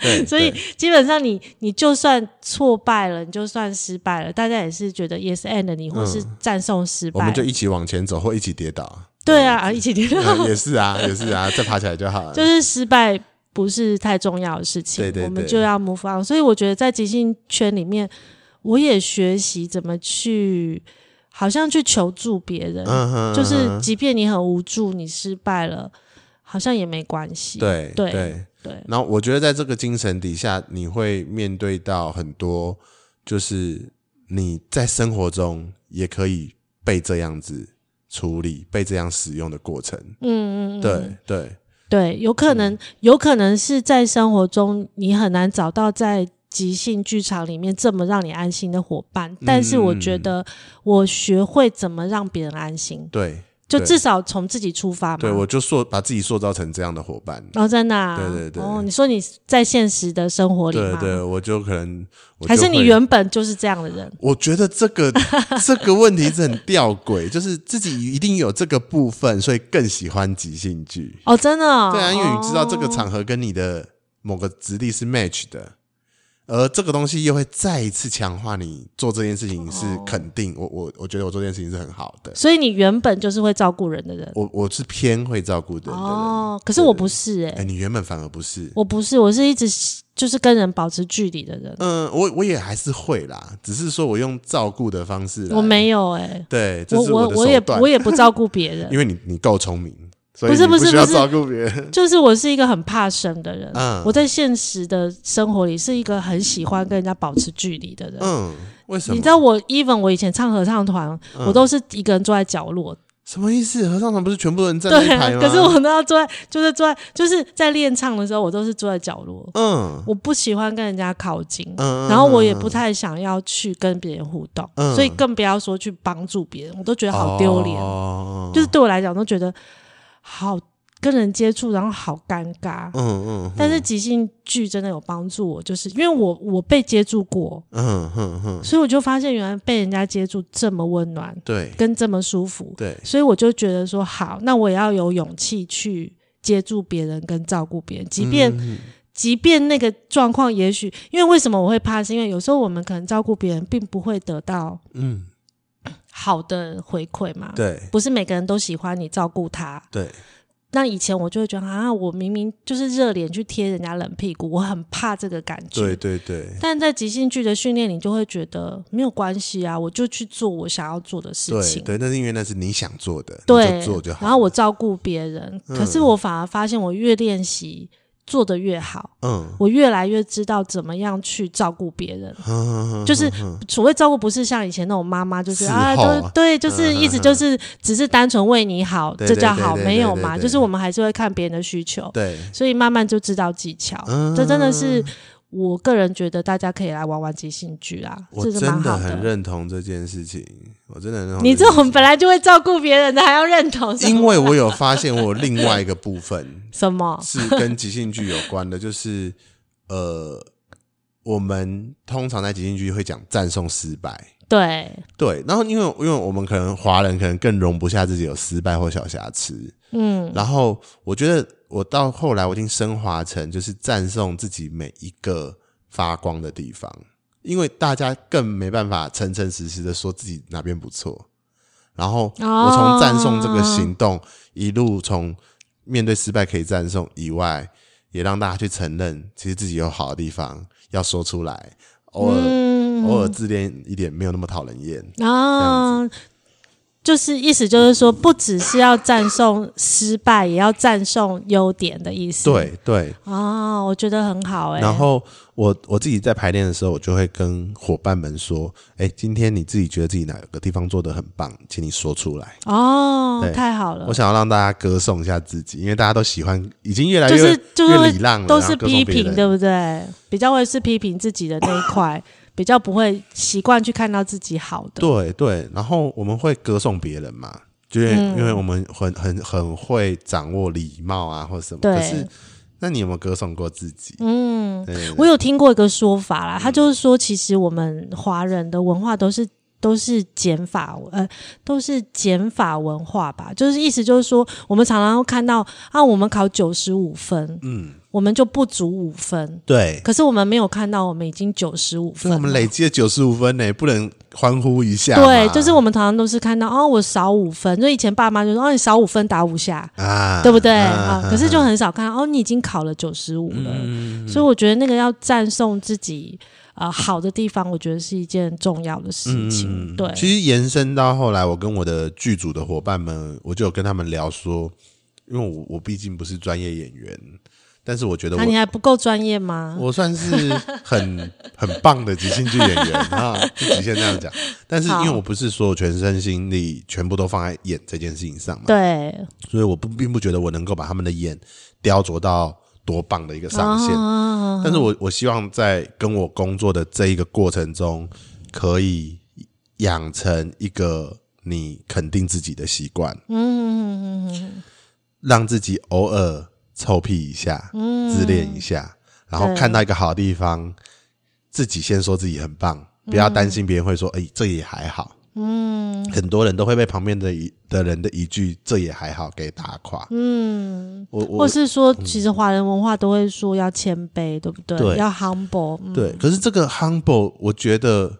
Speaker 1: 对，
Speaker 2: 所以
Speaker 1: 对
Speaker 2: 基本上你你就算挫败了，你就算失败了，大家也是觉得 yes and 你，或是赞颂失
Speaker 1: 嗯我
Speaker 2: 败。
Speaker 1: 们就一起往前走，或一起跌 倒，
Speaker 2: 对啊，啊一起听到
Speaker 1: 嗯也是啊，也是啊，再爬起来就好了。
Speaker 2: 就是失败不是太重要的事情，
Speaker 1: 对对
Speaker 2: 我们
Speaker 1: 对
Speaker 2: 就要 move on。所以我觉得在即兴圈里面，我也学习怎么去，好像去求助别人，
Speaker 1: 嗯哼
Speaker 2: 就是即便你很无助，你失败了，好像也没关系。
Speaker 1: 对
Speaker 2: 对
Speaker 1: 对
Speaker 2: 对
Speaker 1: 然后我觉得在这个精神底下，你会面对到很多，就是你在生活中也可以被这样子处理、被这样使用的过程。
Speaker 2: 嗯嗯嗯，
Speaker 1: 对对
Speaker 2: 对，有可能，有可能是在生活中你很难找到在即兴剧场里面这么让你安
Speaker 1: 嗯
Speaker 2: 心的伙伴，但是我觉得我学会怎么让别人安心。
Speaker 1: 对
Speaker 2: 就至少从自己出发嘛。
Speaker 1: 对，我就塑把自己塑造成这样的伙伴。
Speaker 2: 哦，真的、啊，
Speaker 1: 对对对
Speaker 2: 哦，你说你在现实的生活里
Speaker 1: 对
Speaker 2: 吗？
Speaker 1: 对，我就可能我就
Speaker 2: 还是你
Speaker 1: 会
Speaker 2: 原本就是这样的人？
Speaker 1: 我觉得这 个这个问题是很吊诡，就是自己一定有这个部分，所以更喜欢即兴剧。
Speaker 2: 哦，真的、哦。
Speaker 1: 对啊，因为你知道这个
Speaker 2: 哦
Speaker 1: 场合跟你的某个直立是 match 的，而这个东西又会再一次强化你做这件事情是肯定。我我我觉得我做这件事情是很好的，
Speaker 2: 所以你原本就是会照顾人的人。
Speaker 1: 我我是偏会照顾的人的人。
Speaker 2: 哦，可是我不是哎、
Speaker 1: 哎、你原本反而不是。
Speaker 2: 我不是，我是一直就是跟人保持距离的人。
Speaker 1: 嗯，我我也还是会啦，只是说我用照顾的方式来。
Speaker 2: 我没有哎、
Speaker 1: 对，呃这
Speaker 2: 我
Speaker 1: 是
Speaker 2: 我
Speaker 1: 的
Speaker 2: 我
Speaker 1: 手
Speaker 2: 也
Speaker 1: 段。
Speaker 2: 我也不照顾别人，
Speaker 1: 因为你你够聪明，所以
Speaker 2: 不是
Speaker 1: 你
Speaker 2: 不
Speaker 1: 不
Speaker 2: 是
Speaker 1: 需要
Speaker 2: 不是
Speaker 1: 照顾别人。
Speaker 2: 就是我是一个很怕生的人。
Speaker 1: 嗯
Speaker 2: 我在现实的生活里是一个很喜欢跟人家保持距离的人。
Speaker 1: 嗯，为什么？嗯
Speaker 2: 你知道我，even 我以前唱合唱团，我都是一个人坐在角落，
Speaker 1: 什么意思？合唱团不是全部人站在一
Speaker 2: 对、啊
Speaker 1: 排。吗？
Speaker 2: 可是我都要坐在，就是坐在，就是在练唱的时候，我都是坐在角落。
Speaker 1: 嗯
Speaker 2: 我不喜欢跟人家靠近，
Speaker 1: 嗯，
Speaker 2: 然后我也不太想要去跟别人互动，
Speaker 1: 嗯
Speaker 2: 所以更不要说去帮助别人，我都觉得好丢脸。
Speaker 1: 哦
Speaker 2: 就是对我来讲，都觉得好跟人接触，然后好尴尬。
Speaker 1: 嗯嗯
Speaker 2: 但是即兴剧真的有帮助我，就是因为我我被接触过，
Speaker 1: 嗯嗯嗯，
Speaker 2: 所以我就发现原来被人家接触这么温暖，
Speaker 1: 对
Speaker 2: 跟这么舒服，
Speaker 1: 对，
Speaker 2: 所以我就觉得说好，那我也要有勇气去接触别人跟照顾别人，即便、
Speaker 1: 嗯
Speaker 2: 即便那个状况，也许因为为什么我会怕，是因为有时候我们可能照顾别人，并不会得到
Speaker 1: 嗯，
Speaker 2: 好的回馈嘛。
Speaker 1: 对
Speaker 2: 不是每个人都喜欢你照顾他，
Speaker 1: 对，
Speaker 2: 那以前我就会觉得啊，我明明就是热脸去贴人家冷屁股，我很怕这个感觉。
Speaker 1: 对对对
Speaker 2: 但在即兴剧的训练，你就会觉得没有关系啊，我就去做我想要做的事
Speaker 1: 对
Speaker 2: 情。
Speaker 1: 对，那是因为那是你想做的，你
Speaker 2: 对
Speaker 1: 就做就好了。
Speaker 2: 然后我照顾别人，
Speaker 1: 嗯
Speaker 2: 可是我反而发现，我越练习做的越好，
Speaker 1: 嗯
Speaker 2: 我越来越知道怎么样去照顾别人。
Speaker 1: 嗯，
Speaker 2: 就是所谓照顾，不是像以前那种妈妈，就是
Speaker 1: 伺
Speaker 2: 啊，
Speaker 1: 候嗯
Speaker 2: 都对，就是一直就是只是单纯为你好，
Speaker 1: 对
Speaker 2: 这叫
Speaker 1: 对对
Speaker 2: 好，
Speaker 1: 对
Speaker 2: 没有
Speaker 1: 对
Speaker 2: 嘛？
Speaker 1: 对
Speaker 2: 就是我们还是会看别人的需求。
Speaker 1: 对
Speaker 2: 所以慢慢就知道技巧。
Speaker 1: 嗯
Speaker 2: 这真的是我个人觉得大家可以来玩玩即兴剧啊，
Speaker 1: 我
Speaker 2: 这是蛮
Speaker 1: 真的
Speaker 2: 好
Speaker 1: 很认同这件事情，我真的很认同
Speaker 2: 你这
Speaker 1: 件
Speaker 2: 种本来就会照顾别人的，还要认同
Speaker 1: 事
Speaker 2: 什
Speaker 1: 情，因
Speaker 2: 么？
Speaker 1: 为我有发现我有另外一个部分，
Speaker 2: 什么？
Speaker 1: 是跟即兴剧有关的，就是呃，我们通常在即兴剧会讲赞颂失败，
Speaker 2: 对，
Speaker 1: 对，然后因为因为我们可能华人可能更容不下自己有失败或小瑕疵，
Speaker 2: 嗯，
Speaker 1: 然后我觉得我到后来我已经升华成就是赞颂自己每一个发光的地方，因为大家更没办法诚诚实实的说自己哪边不错，然后我
Speaker 2: 哦
Speaker 1: 从赞颂这个行动一路从面对失败可以赞颂以外，也让大家去承认其实自己有好的地方要说出来，偶尔、
Speaker 2: 嗯
Speaker 1: 偶尔自恋一点没有那么讨人厌，
Speaker 2: 啊。就是意思就是说，不只是要赞颂失败，也要赞颂优点的意思。
Speaker 1: 对对，
Speaker 2: 哦，我觉得很好哎、
Speaker 1: 然后我我自己在排练的时候，我就会跟伙伴们说：“哎，今天你自己觉得自己哪个地方做得很棒，请你说出来。
Speaker 2: 哦
Speaker 1: 对，
Speaker 2: 太好了
Speaker 1: 我。想要让大家歌颂一下自己，因为大家都喜欢，已经越来越、
Speaker 2: 就是就是
Speaker 1: 越
Speaker 2: 会
Speaker 1: 礼让了，
Speaker 2: 都
Speaker 1: 然后
Speaker 2: 是
Speaker 1: 歌颂
Speaker 2: 批
Speaker 1: 别
Speaker 2: 评，
Speaker 1: 人
Speaker 2: 对不对？比较会是批评自己的那一块，比较不会习惯去看到自己好的。
Speaker 1: 对对。然后我们会歌颂别人嘛，就是、因
Speaker 2: 嗯
Speaker 1: 为我们很很很会掌握礼貌啊，或什么。
Speaker 2: 对
Speaker 1: 可是，那你有没有歌颂过自己？
Speaker 2: 嗯，
Speaker 1: 对对
Speaker 2: 我有听过一个说法啦，他
Speaker 1: 嗯
Speaker 2: 就是说，其实我们华人的文化都是。都是减法，呃，都是减法文化吧，就是意思就是说，我们常常会看到啊，我们考九十五分，嗯，我们就不足五分，
Speaker 1: 对，
Speaker 2: 可是我们没有看到我们已经九十五
Speaker 1: 所以
Speaker 2: 分
Speaker 1: 我们累积了九十五分呢，不能欢呼一下嘛。
Speaker 2: 哦对，就是我们常常都是看到哦，我少五分，就以前爸妈就说哦，你少五分打五下，
Speaker 1: 啊，
Speaker 2: 对不对
Speaker 1: 啊嗯
Speaker 2: 啊？可是就很少看到哦，你已经考了九十五了，所以我觉得那个要赞颂自己啊、呃好的地方，我觉得是一件重要的事情。对，
Speaker 1: 嗯其实延伸到后来，我跟我的剧组的伙伴们，我就有跟他们聊说，因为我我毕竟不是专业演员，但是我觉得
Speaker 2: 那你
Speaker 1: 我
Speaker 2: 还不够专业吗？
Speaker 1: 我算是很 很棒的即兴剧演员啊，就极限这样讲。但是因为
Speaker 2: 好
Speaker 1: 我不是所有全身心力全部都放在演这件事情上嘛，
Speaker 2: 对，
Speaker 1: 所以我不并不觉得我能够把他们的演雕琢到多棒的一个上限。
Speaker 2: 啊，
Speaker 1: 但是我我希望在跟我工作的这一个过程中，可以养成一个你肯定自己的习惯，
Speaker 2: 嗯嗯嗯
Speaker 1: 让自己偶尔臭屁一下，
Speaker 2: 嗯
Speaker 1: 自恋一下，然后
Speaker 2: 对
Speaker 1: 看到一个好地方，自己先说自己很棒，不要担心别人会说，哎、这也还好。
Speaker 2: 嗯
Speaker 1: 很多人都会被旁边的一的人的一句“这也还好”给打垮。
Speaker 2: 嗯，
Speaker 1: 我我
Speaker 2: 或是说，其实华人文化都会说要谦卑，对不对？
Speaker 1: 对
Speaker 2: 要 humble，嗯
Speaker 1: 对，可是这个 humble，我觉得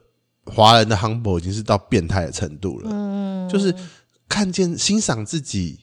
Speaker 1: 华人的 humble 已经是到变态的程度了，
Speaker 2: 嗯，
Speaker 1: 就是看见欣赏自己，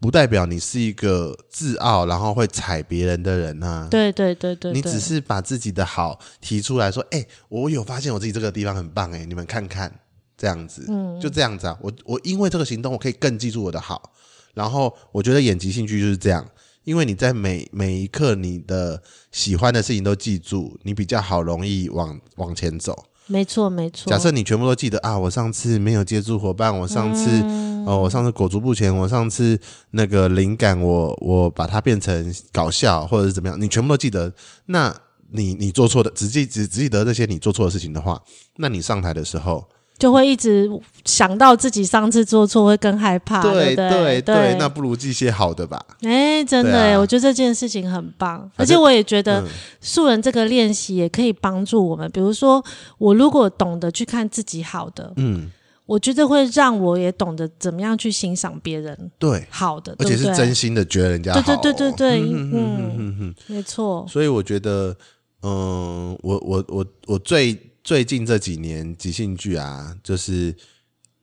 Speaker 1: 不代表你是一个自傲然后会踩别人的人啊。
Speaker 2: 对对对对，
Speaker 1: 你
Speaker 2: 对
Speaker 1: 只是把自己的好提出来说，哎、我有发现我自己这个地方很棒、哎，你们看看，这样子，
Speaker 2: 嗯
Speaker 1: 就这样子啊。我我因为这个行动，我可以更记住我的好。然后我觉得演即兴剧就是这样，因为你在每每一刻你的喜欢的事情都记住，你比较好容易往往前走。
Speaker 2: 没错没错。
Speaker 1: 假设你全部都记得啊，我上次没有接住伙伴，我上次、
Speaker 2: 嗯
Speaker 1: 哦，我上次裹足不前，我上次那个灵感我，我把它变成搞笑或者是怎么样，你全部都记得。那你你做错的，只记只只记得这些你做错的事情的话，那你上台的时候，
Speaker 2: 就会一直想到自己上次做错，会更害怕，啊对
Speaker 1: 对
Speaker 2: 不对
Speaker 1: 对那不如记些好的吧。
Speaker 2: 哎，真的
Speaker 1: 对啊
Speaker 2: 耶，我觉得这件事情很棒，而
Speaker 1: 反
Speaker 2: 且
Speaker 1: 正
Speaker 2: 我也觉得
Speaker 1: 嗯
Speaker 2: 素人这个练习也可以帮助我们。比如说，我如果懂得去看自己好的，
Speaker 1: 嗯，
Speaker 2: 我觉得会让我也懂得怎么样去欣赏别人
Speaker 1: 对，
Speaker 2: 好的，
Speaker 1: 而且是
Speaker 2: 对不对
Speaker 1: 真心的觉得人家好、
Speaker 2: 对
Speaker 1: 哦。
Speaker 2: 对对对对，
Speaker 1: 嗯
Speaker 2: 嗯，
Speaker 1: 哼哼。
Speaker 2: 没错，
Speaker 1: 所以我觉得，嗯，我我我我最最近这几年即兴剧啊，就是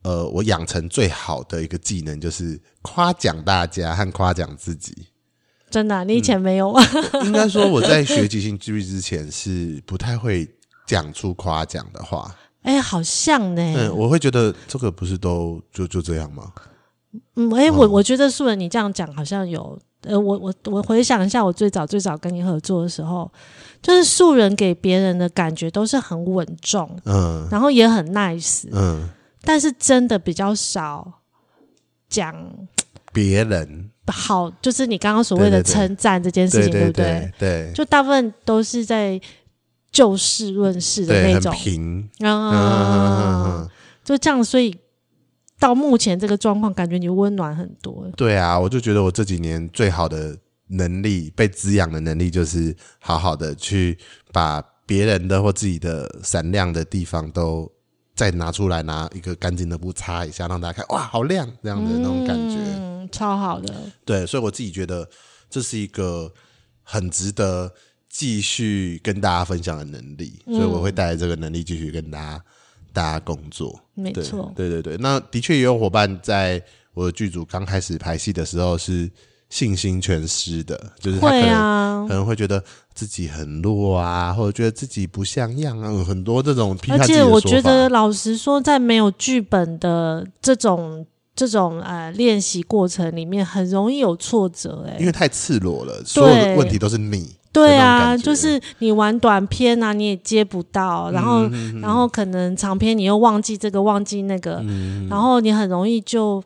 Speaker 1: 呃，我养成最好的一个技能就是夸奖大家和夸奖自己。
Speaker 2: 真的啊、你以前没有
Speaker 1: 嗯
Speaker 2: 啊？
Speaker 1: 应该说我在学即兴剧之前是不太会讲出夸奖的话，
Speaker 2: 哎，好像呢，
Speaker 1: 嗯，我会觉得这个不是都就就这样吗？
Speaker 2: 嗯，哎、我我觉得素人你这样讲好像有，呃，我我我回想一下，我最早最早跟你合作的时候，就是素人给别人的感觉都是很稳重，
Speaker 1: 嗯
Speaker 2: 然后也很 nice，
Speaker 1: 嗯，
Speaker 2: 但是真的比较少讲
Speaker 1: 别人
Speaker 2: 好，就是你刚刚所谓的
Speaker 1: 对对对
Speaker 2: 称赞这件事
Speaker 1: 对
Speaker 2: 情，
Speaker 1: 对
Speaker 2: 不
Speaker 1: 对对
Speaker 2: 就大部分都是在就事论事的
Speaker 1: 对，
Speaker 2: 那
Speaker 1: 很
Speaker 2: 种，
Speaker 1: 平，嗯嗯嗯
Speaker 2: 啊，
Speaker 1: 嗯，
Speaker 2: 就这样，所以到目前这个状况，感觉你温暖很多。
Speaker 1: 对啊，我就觉得我这几年最好的能力，被滋养的能力，就是好好的去把别人的或自己的闪亮的地方都再拿出来，拿一个干净的布擦一下，让大家看，哇，好亮这样的那种感觉。
Speaker 2: 嗯，超好的。
Speaker 1: 对，所以我自己觉得这是一个很值得继续跟大家分享的能力，所以我会带着这个能力继续跟大家大家工作。
Speaker 2: 没
Speaker 1: 对
Speaker 2: 错，
Speaker 1: 对对对，那的确也有伙伴在我的剧组刚开始排戏的时候是信心全失的，就是他可
Speaker 2: 会
Speaker 1: 能、
Speaker 2: 啊
Speaker 1: 可，能会觉得自己很弱啊，或者觉得自己不像样啊，有很多这种批判
Speaker 2: 而
Speaker 1: 自己
Speaker 2: 且
Speaker 1: 的
Speaker 2: 我
Speaker 1: 说
Speaker 2: 觉
Speaker 1: 法
Speaker 2: 得，老实说，在没有剧本的这种这种呃练习过程里面，很容易有挫折、欸。
Speaker 1: 因为太赤裸了，所有的问题都是你。
Speaker 2: 对
Speaker 1: 那
Speaker 2: 啊，
Speaker 1: 种感觉嗯
Speaker 2: 就是你玩短片啊，你也接不到，然后、然后可能长片你又忘记这个忘记那个，
Speaker 1: 嗯
Speaker 2: 然后你很容易就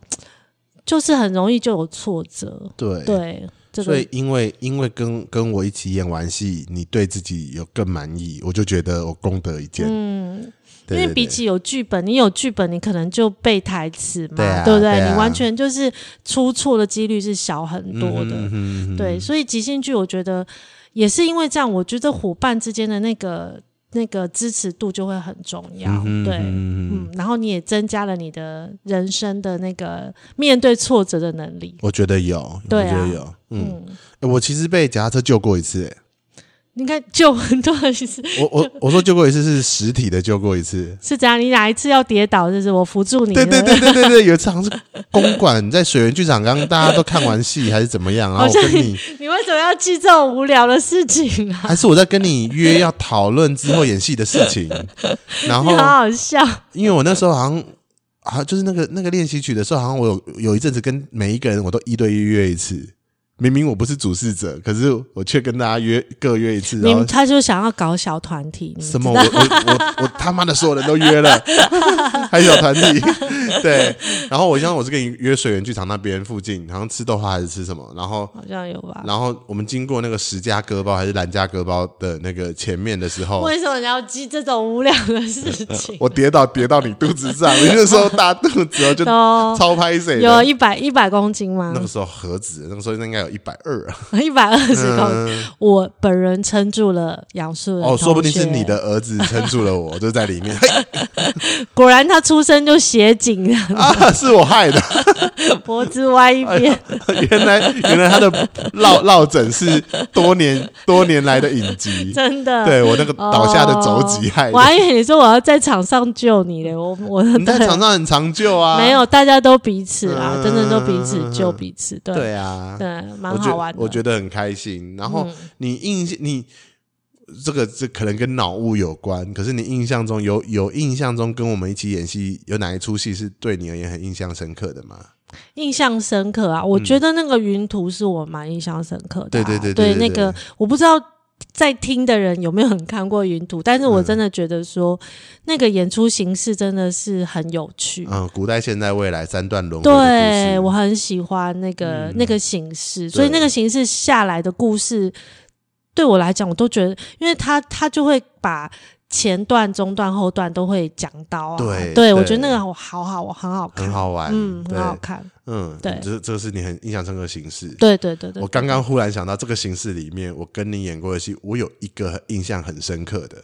Speaker 2: 就是很容易就有挫折。
Speaker 1: 对，
Speaker 2: 对，这
Speaker 1: 所
Speaker 2: 个
Speaker 1: 以因为因为跟跟我一起演完戏，你对自己有更满意，我就觉得我功德一件。
Speaker 2: 嗯，
Speaker 1: 对
Speaker 2: 因
Speaker 1: 对
Speaker 2: 为比
Speaker 1: 对
Speaker 2: 起有剧本，你有剧本，你可能就背台词嘛，
Speaker 1: 对啊
Speaker 2: 不对？
Speaker 1: 对啊
Speaker 2: 你完全就是出错的几率是小很多的，
Speaker 1: 嗯哼嗯哼
Speaker 2: 对。所以即兴剧，我觉得也是因为这样，我觉得伙伴之间的那个那个支持度就会很重要，
Speaker 1: 嗯哼
Speaker 2: 啊对。
Speaker 1: 嗯哼
Speaker 2: 嗯，然后你也增加了你的人生的那个面对挫折的能力。
Speaker 1: 我觉得有，
Speaker 2: 对啊
Speaker 1: 我觉得有，嗯，
Speaker 2: 嗯，
Speaker 1: 欸我其实被脚踏车救过一次、欸，
Speaker 2: 应该救很多人是，
Speaker 1: 我我我说救过一次是实体的救过一次
Speaker 2: 是怎样？你哪一次要跌倒，就是我扶住你。
Speaker 1: 对对对对对对，有一次好像是公馆在水源剧场，刚刚大家都看完戏还是怎么样，然后我
Speaker 2: 好像
Speaker 1: 跟你
Speaker 2: 你为什么要记这种无聊的事情啊？
Speaker 1: 还是我在跟你约要讨论之后演戏的事情，然
Speaker 2: 你
Speaker 1: 后
Speaker 2: 好好笑，
Speaker 1: 因为我那时候好像。啊，就是那个那个练习曲的时候，好像我有有一阵子跟每一个人我都一对一约一次，明明我不是主事者，可是我却跟大家约各约一次，
Speaker 2: 你
Speaker 1: 然后
Speaker 2: 们他就想要搞小团体，你
Speaker 1: 嗯什么我我我我他妈的所有人都约 了，还有团体，对。然后我像我是跟你约水源剧场那边附近，好像吃豆花还是吃什么，然后
Speaker 2: 好像有吧？
Speaker 1: 然后我们经过那个十家割包还是蓝家割包的那个前面的时候，
Speaker 2: 为什么你要记这种无聊的事情？
Speaker 1: 我跌倒跌到你肚子上，你那时候大肚子哦，就
Speaker 2: 都
Speaker 1: 超拍谁
Speaker 2: 有
Speaker 1: 的。
Speaker 2: 一百一百公斤吗
Speaker 1: 那？个时候何止，那个时候应该有一百二啊！
Speaker 2: 一百二十公斤，我本人撑住了杨树仁
Speaker 1: 嗯哦，说不定
Speaker 2: 同
Speaker 1: 是
Speaker 2: 学
Speaker 1: 你的。儿子撑住了我，就在里面。嘿
Speaker 2: 果然他出生就斜颈的，
Speaker 1: 啊，是我害的，
Speaker 2: 脖子歪一 边。
Speaker 1: 原来原来他的落落枕是多 年多年来的隐疾，
Speaker 2: 真的。
Speaker 1: 对我那个
Speaker 2: 哦，
Speaker 1: 倒下的肘击害
Speaker 2: 我还
Speaker 1: 的。
Speaker 2: 以为你说我要在场上救你嘞，我我
Speaker 1: 你在场上很长久啊，
Speaker 2: 没有，大家都彼此啊，
Speaker 1: 嗯
Speaker 2: 真的都彼此救彼此，对
Speaker 1: 对啊，
Speaker 2: 对，蛮
Speaker 1: 我觉
Speaker 2: 好玩
Speaker 1: 得
Speaker 2: 的。
Speaker 1: 我觉得很开心。然后
Speaker 2: 嗯
Speaker 1: 你印象你。这个这可能跟脑雾有关，可是你印象中有有印象中跟我们一起演戏，有哪一出戏是对你而言很印象深刻的吗？
Speaker 2: 印象深刻啊，我觉得那个云图是我蛮印象深刻的
Speaker 1: 嗯对
Speaker 2: 啊、
Speaker 1: 对对
Speaker 2: 对
Speaker 1: 对对
Speaker 2: 那个我不知道。在听的人有没有很看过云图？但是我真的觉得说，
Speaker 1: 嗯
Speaker 2: 那个演出形式真的是很有趣。
Speaker 1: 嗯，古代、现代、未来三段轮回的故
Speaker 2: 对
Speaker 1: 事
Speaker 2: 我很喜欢那个、那个形式，所以
Speaker 1: 嗯对
Speaker 2: 那个形式下来的故事，对我来讲，我都觉得，因为他他就会把前段、中段、后段都会讲到啊。
Speaker 1: 对
Speaker 2: 我
Speaker 1: 对
Speaker 2: 觉得那个好好好，我很好看，
Speaker 1: 很好玩，
Speaker 2: 嗯，
Speaker 1: 对
Speaker 2: 很好看。
Speaker 1: 嗯，
Speaker 2: 对
Speaker 1: 这这是你很印象深刻的形式。
Speaker 2: 对对对对
Speaker 1: 我刚刚忽然想到，这个形式里面，我跟你演过的戏，我有一个很印象很深刻的。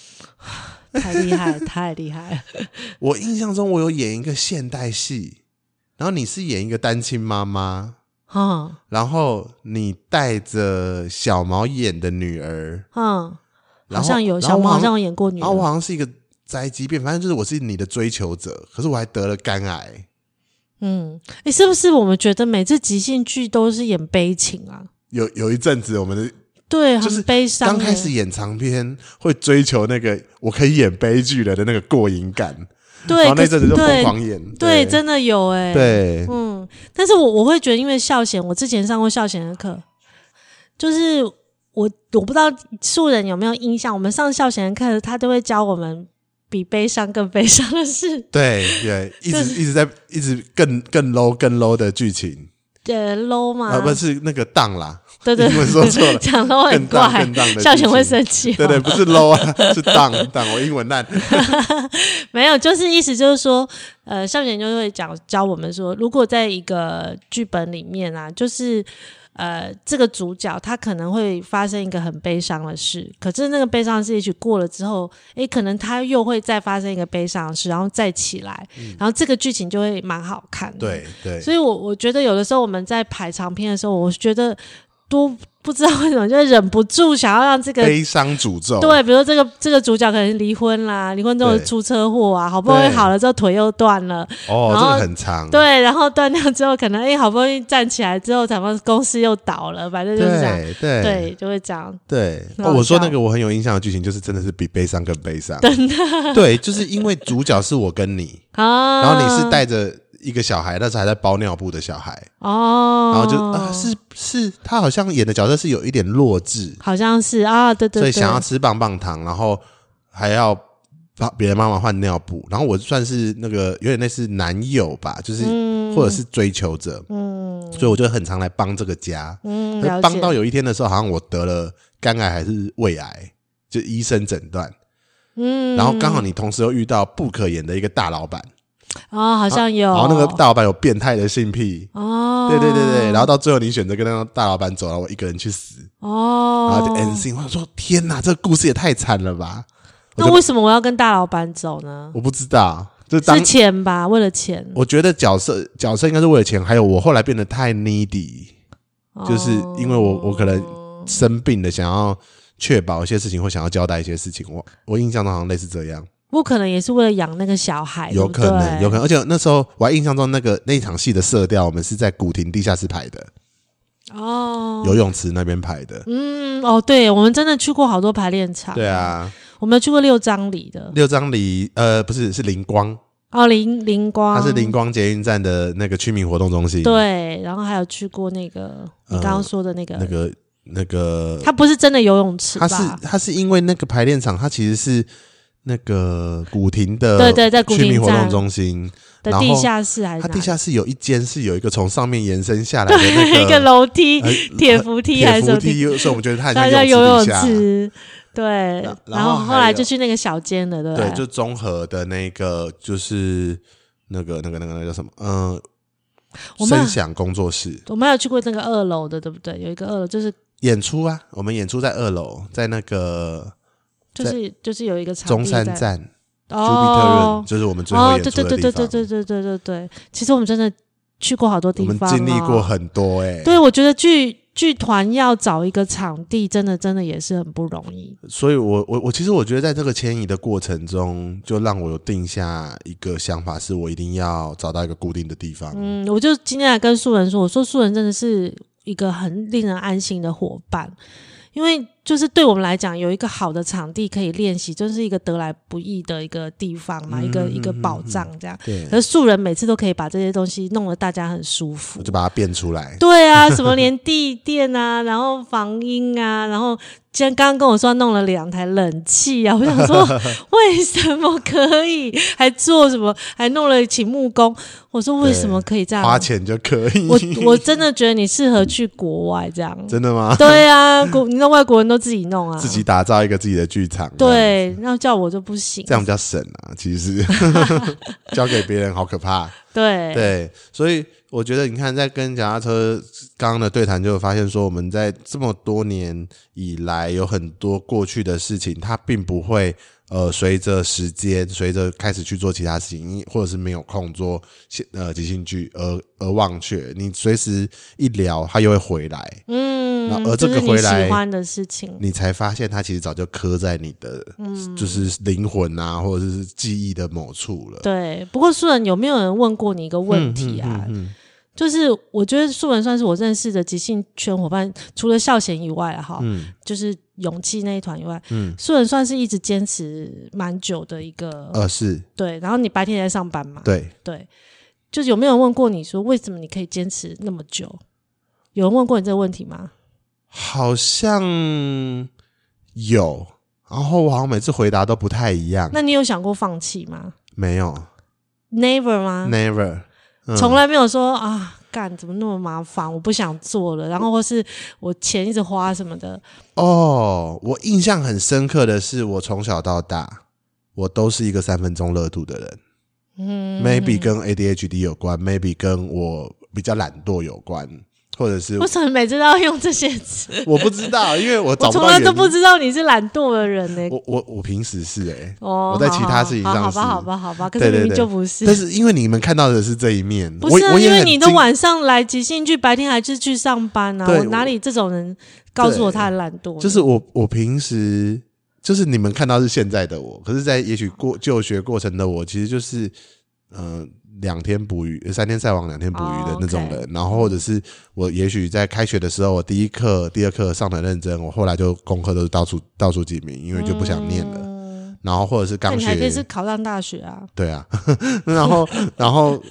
Speaker 2: 太厉害，太厉害 了！
Speaker 1: 我印象中，我有演一个现代戏，然后你是演一个单亲妈妈，
Speaker 2: 嗯
Speaker 1: 然后你带着小毛演的女儿，
Speaker 2: 嗯，
Speaker 1: 然后
Speaker 2: 好像有
Speaker 1: 然后
Speaker 2: 小
Speaker 1: 我
Speaker 2: 猫，好像
Speaker 1: 像
Speaker 2: 有演过女
Speaker 1: 然后我
Speaker 2: 儿，
Speaker 1: 好像是一个宅急便，反正就是我是你的追求者，可是我还得了肝癌。
Speaker 2: 嗯，诶，是不是我们觉得每次即兴剧都是演悲情啊？
Speaker 1: 有有一阵子，我们的
Speaker 2: 对，
Speaker 1: 就是
Speaker 2: 很悲伤。
Speaker 1: 刚开始，演长篇，会追求那个我可以演悲剧了的那个过瘾感，然
Speaker 2: 对，
Speaker 1: 后那
Speaker 2: 可
Speaker 1: 阵
Speaker 2: 是
Speaker 1: 子就疯
Speaker 2: 对
Speaker 1: 狂演，
Speaker 2: 对，真的有哎、，
Speaker 1: 对，
Speaker 2: 嗯，但是我我会觉得，因为孝贤，我之前上过孝贤的课，就是我我不知道素人有没有印象，我们上孝贤的课，他都会教我们比悲伤更悲伤的事，
Speaker 1: 对 对，一直一直在一直更更 low 更 low 的剧情
Speaker 2: 呃，low 嘛，
Speaker 1: 啊，不是那个档啦，
Speaker 2: 对对，
Speaker 1: 英文说错了
Speaker 2: 讲 low 很
Speaker 1: 更荡
Speaker 2: 怪
Speaker 1: 更荡的，剧
Speaker 2: 孝贤会
Speaker 1: 情
Speaker 2: 生气、哦，
Speaker 1: 对对，不是 low 啊，是档档，我英文烂，
Speaker 2: 没有，就是意思就是说，呃，校园就会讲教我们说，如果在一个剧本里面啊，就是呃，这个主角他可能会发生一个很悲伤的事，可是那个悲伤的事也许过了之后，诶，可能他又会再发生一个悲伤的事，然后再起来，然后这个剧情就会蛮好看的。
Speaker 1: 嗯对对，
Speaker 2: 所以我我觉得有的时候我们在排长篇的时候，我觉得都不知道为什么，就会忍不住想要让这个
Speaker 1: 悲伤诅咒，
Speaker 2: 对，比如说这个这个主角可能离婚啦，离婚之后
Speaker 1: 哦对
Speaker 2: 出车祸啊，好不容易
Speaker 1: 对
Speaker 2: 好了之后腿又断了，
Speaker 1: 哦，这
Speaker 2: 然后
Speaker 1: 个很长，
Speaker 2: 对，然后断掉之后可能哎、好不容易站起来之后，咱们公司又倒了，反正就是这样，
Speaker 1: 对对
Speaker 2: 对，就会这样，
Speaker 1: 对，
Speaker 2: 很
Speaker 1: 哦，
Speaker 2: 好
Speaker 1: 我说
Speaker 2: 笑
Speaker 1: 那个我很有印象的剧情，就是真的是比悲伤更悲 伤。真的，对，就是因为主角是我跟你，
Speaker 2: 啊，
Speaker 1: 然后你是带着一个小孩，那时候还在包尿布的小孩，
Speaker 2: 哦，
Speaker 1: 然后就啊，是是，他好像演的角色是有一点弱智，
Speaker 2: 好像是啊，对对
Speaker 1: 所以
Speaker 2: 对，
Speaker 1: 想要吃棒棒糖，然后还要帮别人妈妈换尿布，然后我算是那个有点类似男友吧，就是、或者是追求者，
Speaker 2: 嗯
Speaker 1: 所以我就很常来帮这个家。
Speaker 2: 嗯
Speaker 1: 可是
Speaker 2: 了
Speaker 1: 帮到
Speaker 2: 解，
Speaker 1: 有一天的时候，好像我得了肝癌还是胃癌，就医生诊断。
Speaker 2: 嗯
Speaker 1: 然后刚好你同时又遇到不可演的一个大老板，
Speaker 2: 哦，好像有，
Speaker 1: 然啊后那个大老板有变态的性癖，
Speaker 2: 哦，
Speaker 1: 对对对对。然后到最后你选择跟那个大老板走了，我一个人去死，然后就
Speaker 2: 哦，
Speaker 1: end scene。我想说天哪，这个故事也太惨了吧！我
Speaker 2: 那
Speaker 1: 就
Speaker 2: 为什么我要跟大老板走呢？
Speaker 1: 我不知道，就当
Speaker 2: 是钱吧，为了钱，
Speaker 1: 我觉得角色角色应该是为了钱，还有我后来变得太 needy，就是因为我我可能
Speaker 2: 哦
Speaker 1: 生病了，想要确保一些事情或想要交代一些事情。我我印象中好像类似这样，
Speaker 2: 不可能也是为了养那个小孩，
Speaker 1: 有
Speaker 2: 对不
Speaker 1: 可能
Speaker 2: 哎对
Speaker 1: 有可能。而且那时候我还印象中那个那一场戏的色调，我们是在古亭地下室排的。
Speaker 2: 哦。
Speaker 1: 游泳池那边排的。
Speaker 2: 嗯，哦，对，我们真的去过好多排练场，
Speaker 1: 对，啊，
Speaker 2: 我们有去过六张里的
Speaker 1: 六张里呃不是是灵光，
Speaker 2: 哦，灵灵光，
Speaker 1: 它是灵光捷运站的那个区民活动中心，，
Speaker 2: 嗯对，然后还有去过那个你刚刚说的那个，
Speaker 1: 呃那个那个
Speaker 2: 它不是真的游泳池吧？
Speaker 1: 它是它是因为那个排练场，它其实是那个古亭的
Speaker 2: 对对在古亭
Speaker 1: 居民活
Speaker 2: 站
Speaker 1: 动中心，
Speaker 2: 的
Speaker 1: 然后
Speaker 2: 地下室还是
Speaker 1: 它
Speaker 2: 哪
Speaker 1: 地
Speaker 2: 里？
Speaker 1: 下室有一间是有一个从上面延伸下来的 那个
Speaker 2: 一个楼梯、
Speaker 1: 呃
Speaker 2: 铁扶梯
Speaker 1: 铁
Speaker 2: 还是什
Speaker 1: 扶
Speaker 2: 么梯？
Speaker 1: 梯，所以我们觉得它很
Speaker 2: 大
Speaker 1: 像
Speaker 2: 家游
Speaker 1: 泳
Speaker 2: 泳
Speaker 1: 池底下。
Speaker 2: 池，对
Speaker 1: 然。
Speaker 2: 然
Speaker 1: 然后
Speaker 2: 后后
Speaker 1: 还
Speaker 2: 来
Speaker 1: 有
Speaker 2: 就去那个小间的，对不
Speaker 1: 对，就综合的那个就是那个那个那个那个叫什么？嗯、
Speaker 2: 我们
Speaker 1: 声响工作室
Speaker 2: 我们还有去过那个二楼的，对不对？有一个二楼，就是
Speaker 1: 演出啊，我们演出在二楼，在那个
Speaker 2: 就是就是有一个场地
Speaker 1: 中山
Speaker 2: 在
Speaker 1: 站朱庇特
Speaker 2: 哦
Speaker 1: 润，就是我们最后
Speaker 2: 哦，
Speaker 1: 演
Speaker 2: 对
Speaker 1: 出
Speaker 2: 对
Speaker 1: 的
Speaker 2: 对
Speaker 1: 地
Speaker 2: 对对
Speaker 1: 方。
Speaker 2: 对对对对对。其实我们真的去过好多
Speaker 1: 我
Speaker 2: 地
Speaker 1: 们
Speaker 2: 方，哦
Speaker 1: 经历过。很多哎、欸
Speaker 2: 对，我觉得剧剧团要找一个场地，真的真的也是很不容易。
Speaker 1: 所以我我我其实我觉得在这个迁移的过程中，就让我有定下一个想法，是我一定要找到一个固定的地方。
Speaker 2: 嗯，我就今天来跟素人说，我说素人真的是一个很令人安心的伙伴，因为就是对我们来讲，有一个好的场地可以练习，就是一个得来不易的一个地方嘛，一
Speaker 1: 嗯
Speaker 2: 个一个宝藏这样。
Speaker 1: 对，
Speaker 2: 而素人每次都可以把这些东西弄得大家很舒服
Speaker 1: 我，就把它变出来。
Speaker 2: 对啊，什么连地垫啊，然后防音啊，然后今天刚刚跟我说弄了两台冷气啊，我 想说为什么可以，还做什么，还弄了请木工，我说为什么可以这样？
Speaker 1: 花钱就可以。
Speaker 2: 啊我我真的觉得你适合去国外 这样。
Speaker 1: 真的吗？
Speaker 2: 对啊，国你知道外国人都自己弄啊，
Speaker 1: 自己打造一个自己的剧场，，
Speaker 2: 对，那叫我就不行
Speaker 1: 这。样比较省啊。其实 交给别人好可怕。
Speaker 2: 对
Speaker 1: 对，所以我觉得你看，在跟脚踏车刚刚的对谈，就有发现说，我们在这么多年以来，有很多过去的事情，它并不会呃随着时间，随着开始去做其他事情，或者是没有空做呃即兴剧而而忘却。你随时一聊，它又会回来，那
Speaker 2: 嗯，
Speaker 1: 而这个
Speaker 2: 就是你
Speaker 1: 回
Speaker 2: 喜
Speaker 1: 来
Speaker 2: 欢的事情，
Speaker 1: 你才发现它其实早就刻在你的，就是灵魂啊，或者是记忆的嗯某处了。
Speaker 2: 对。不过素人有没有人问过你一个问题啊？就是我觉得素文算是我认识的即兴圈伙伴，除了孝贤以外啊哈，
Speaker 1: 嗯
Speaker 2: 就是勇气那一团以外，嗯，素文算是一直坚持蛮久的一个、
Speaker 1: 呃，是
Speaker 2: 对。然后你白天也在上班嘛，
Speaker 1: 对，
Speaker 2: 对，就是有没有人问过你说为什么你可以坚持那么久？有人问过你这个问题吗？
Speaker 1: 好像有，然后我好像每次回答都不太一样。
Speaker 2: 那你有想过放弃吗
Speaker 1: 没有、
Speaker 2: ？Never 吗？
Speaker 1: n e v e r
Speaker 2: 从来没有说啊，干怎么那么麻烦，我不想做了，然后或是我钱一直花什么的，
Speaker 1: 哦，我印象很深刻的是，我从小到大，我都是一个三分钟热度的人。
Speaker 2: 嗯
Speaker 1: Maybe 跟 ADHD 有关，Maybe 跟我比较懒惰有关，或者是
Speaker 2: 为什么每次都要用这些词？
Speaker 1: 我不知道，因为我
Speaker 2: 我
Speaker 1: 找不
Speaker 2: 从
Speaker 1: 到
Speaker 2: 来
Speaker 1: 原
Speaker 2: 都不
Speaker 1: 因。
Speaker 2: 知道你是懒惰的人呢、欸
Speaker 1: 我我我平时是哎、
Speaker 2: 哦，
Speaker 1: 我在其他事情上
Speaker 2: 好好吧，
Speaker 1: 是
Speaker 2: 好吧，好吧，可
Speaker 1: 对
Speaker 2: 是
Speaker 1: 对
Speaker 2: 明明
Speaker 1: 对
Speaker 2: 就不是。
Speaker 1: 但是因为你们看到的是这一面，
Speaker 2: 不是、
Speaker 1: 我
Speaker 2: 啊，
Speaker 1: 我
Speaker 2: 因
Speaker 1: 也
Speaker 2: 为
Speaker 1: 很
Speaker 2: 你都
Speaker 1: 惊
Speaker 2: 晚上来即兴剧，白天还是去上班啊！
Speaker 1: 对
Speaker 2: 我哪里这种人告诉我他很懒惰？
Speaker 1: 就是我我平时就是你们看到是现在的我，可是，在也许
Speaker 2: 嗯
Speaker 1: 过就学过程的我，其实就是嗯两、天捕鱼，呃三天晒网，两天捕鱼的
Speaker 2: 哦
Speaker 1: 那种
Speaker 2: ，OK
Speaker 1: 人。然后或者是我也许在开学的时候，我第一课、第二课上的认真，我后来就功课都是倒数倒数几名，因为就不想念了。
Speaker 2: 嗯
Speaker 1: 然后或者是
Speaker 2: 那
Speaker 1: 刚
Speaker 2: 你还可以是
Speaker 1: 学，
Speaker 2: 考上大学啊！
Speaker 1: 对啊， 然 后然后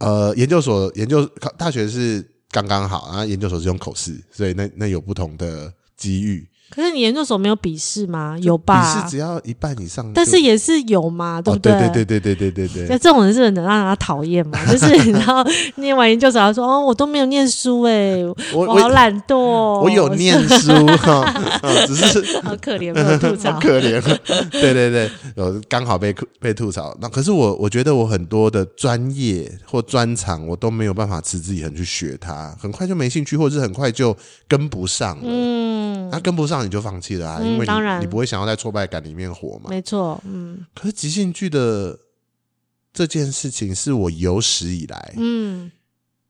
Speaker 1: 呃研究所研究考大学是刚刚好，然后研究所是用口试，所以那那有不同的机遇。
Speaker 2: 可是你研究所没有笔试吗？有
Speaker 1: 笔
Speaker 2: 吧
Speaker 1: 试？只要一半以上，
Speaker 2: 但
Speaker 1: 就是
Speaker 2: 也是有嘛，不
Speaker 1: 对对对
Speaker 2: 对？
Speaker 1: 对对对对
Speaker 2: 那
Speaker 1: 对，
Speaker 2: 这种人是很能让人家讨厌嘛？就是你知道， 念完研究所，他说：“哦，我都没有念书哎、
Speaker 1: 我
Speaker 2: 我好
Speaker 1: 我
Speaker 2: 懒惰、哦。”
Speaker 1: 我有念书哈， 啊只是
Speaker 2: 好可怜，没有吐槽
Speaker 1: 好。可怜。对对对，有刚好被被吐槽。那可是我我觉得我很多的专业或专长，我都没有办法持之以恒去学它，很快就没兴趣，或者是很快就跟不上了。
Speaker 2: 嗯，
Speaker 1: 那跟不上你就放弃了啊，
Speaker 2: 嗯
Speaker 1: 因为
Speaker 2: 当然
Speaker 1: 你你不会想要在挫败感里面活嘛。
Speaker 2: 没错，嗯
Speaker 1: 可是即兴剧的这件事情是我有史以来
Speaker 2: 嗯，，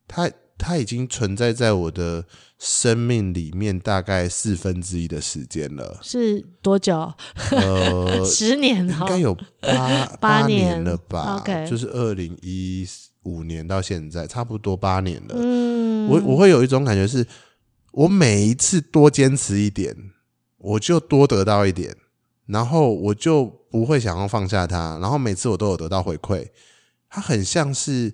Speaker 1: 它它已经存在在我的生命里面大概四分之一的时间了
Speaker 2: 是多久？
Speaker 1: 呃，
Speaker 2: 十年
Speaker 1: 应
Speaker 2: 哦，
Speaker 1: 该有八
Speaker 2: 八
Speaker 1: 年
Speaker 2: 年
Speaker 1: 了吧
Speaker 2: OK
Speaker 1: 就是二零一五年到现在，差不多八年了。
Speaker 2: 嗯，
Speaker 1: 我我会有一种感觉是，我每一次多坚持一点，我就多得到一点，然后我就不会想要放下它，然后每次我都有得到回馈，它很像是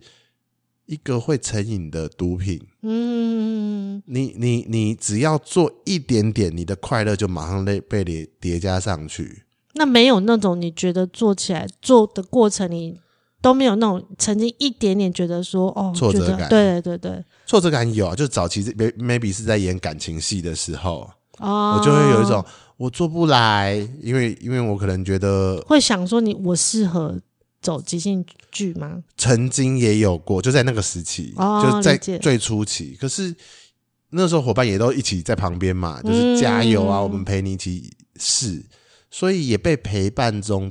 Speaker 1: 一个会成瘾的毒品。
Speaker 2: 嗯，
Speaker 1: 你你你只要做一点点，你的快乐就马上被被叠叠加上去。
Speaker 2: 那没有那种你觉得做起来做的过程你都没有那种曾经一点点觉得说哦
Speaker 1: 挫折
Speaker 2: 觉得
Speaker 1: 感
Speaker 2: 对对对对，
Speaker 1: 挫折感有啊，就早期是 may- maybe 是在演感情戏的时候，
Speaker 2: 哦，
Speaker 1: 我就会有一种我做不来，因为因为我可能觉得
Speaker 2: 会想说你我适合走即兴剧吗？
Speaker 1: 曾经也有过，就在那个时期，
Speaker 2: 哦
Speaker 1: 就在
Speaker 2: 理解
Speaker 1: 最初期。可是那时候伙伴也都一起在旁边嘛，就是加油啊，
Speaker 2: 嗯
Speaker 1: 我们陪你一起试，所以也被陪伴中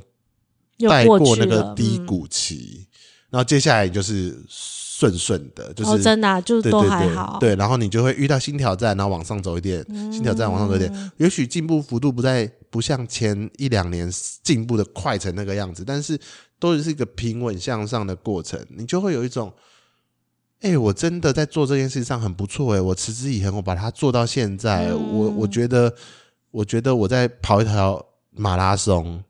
Speaker 2: 又
Speaker 1: 带过
Speaker 2: 去
Speaker 1: 那个
Speaker 2: 了
Speaker 1: 低
Speaker 2: 嗯
Speaker 1: 谷期，然后接下来就是顺顺的，就是、
Speaker 2: 哦，真的啊、就
Speaker 1: 对
Speaker 2: 都
Speaker 1: 对
Speaker 2: 还
Speaker 1: 对
Speaker 2: 好，
Speaker 1: 对，然后你就会遇到新挑战，然后往上走一点，新挑战往上走一
Speaker 2: 嗯
Speaker 1: 点，也许进步幅度不在不像前一两年进步的快成那个样子，但是都是一个平稳向上的过程，你就会有一种。哎、我真的在做这件事上很不错哎、我持之以恒，我把它做到现在。我
Speaker 2: 嗯
Speaker 1: 我觉得，我觉得我在跑一条马拉松，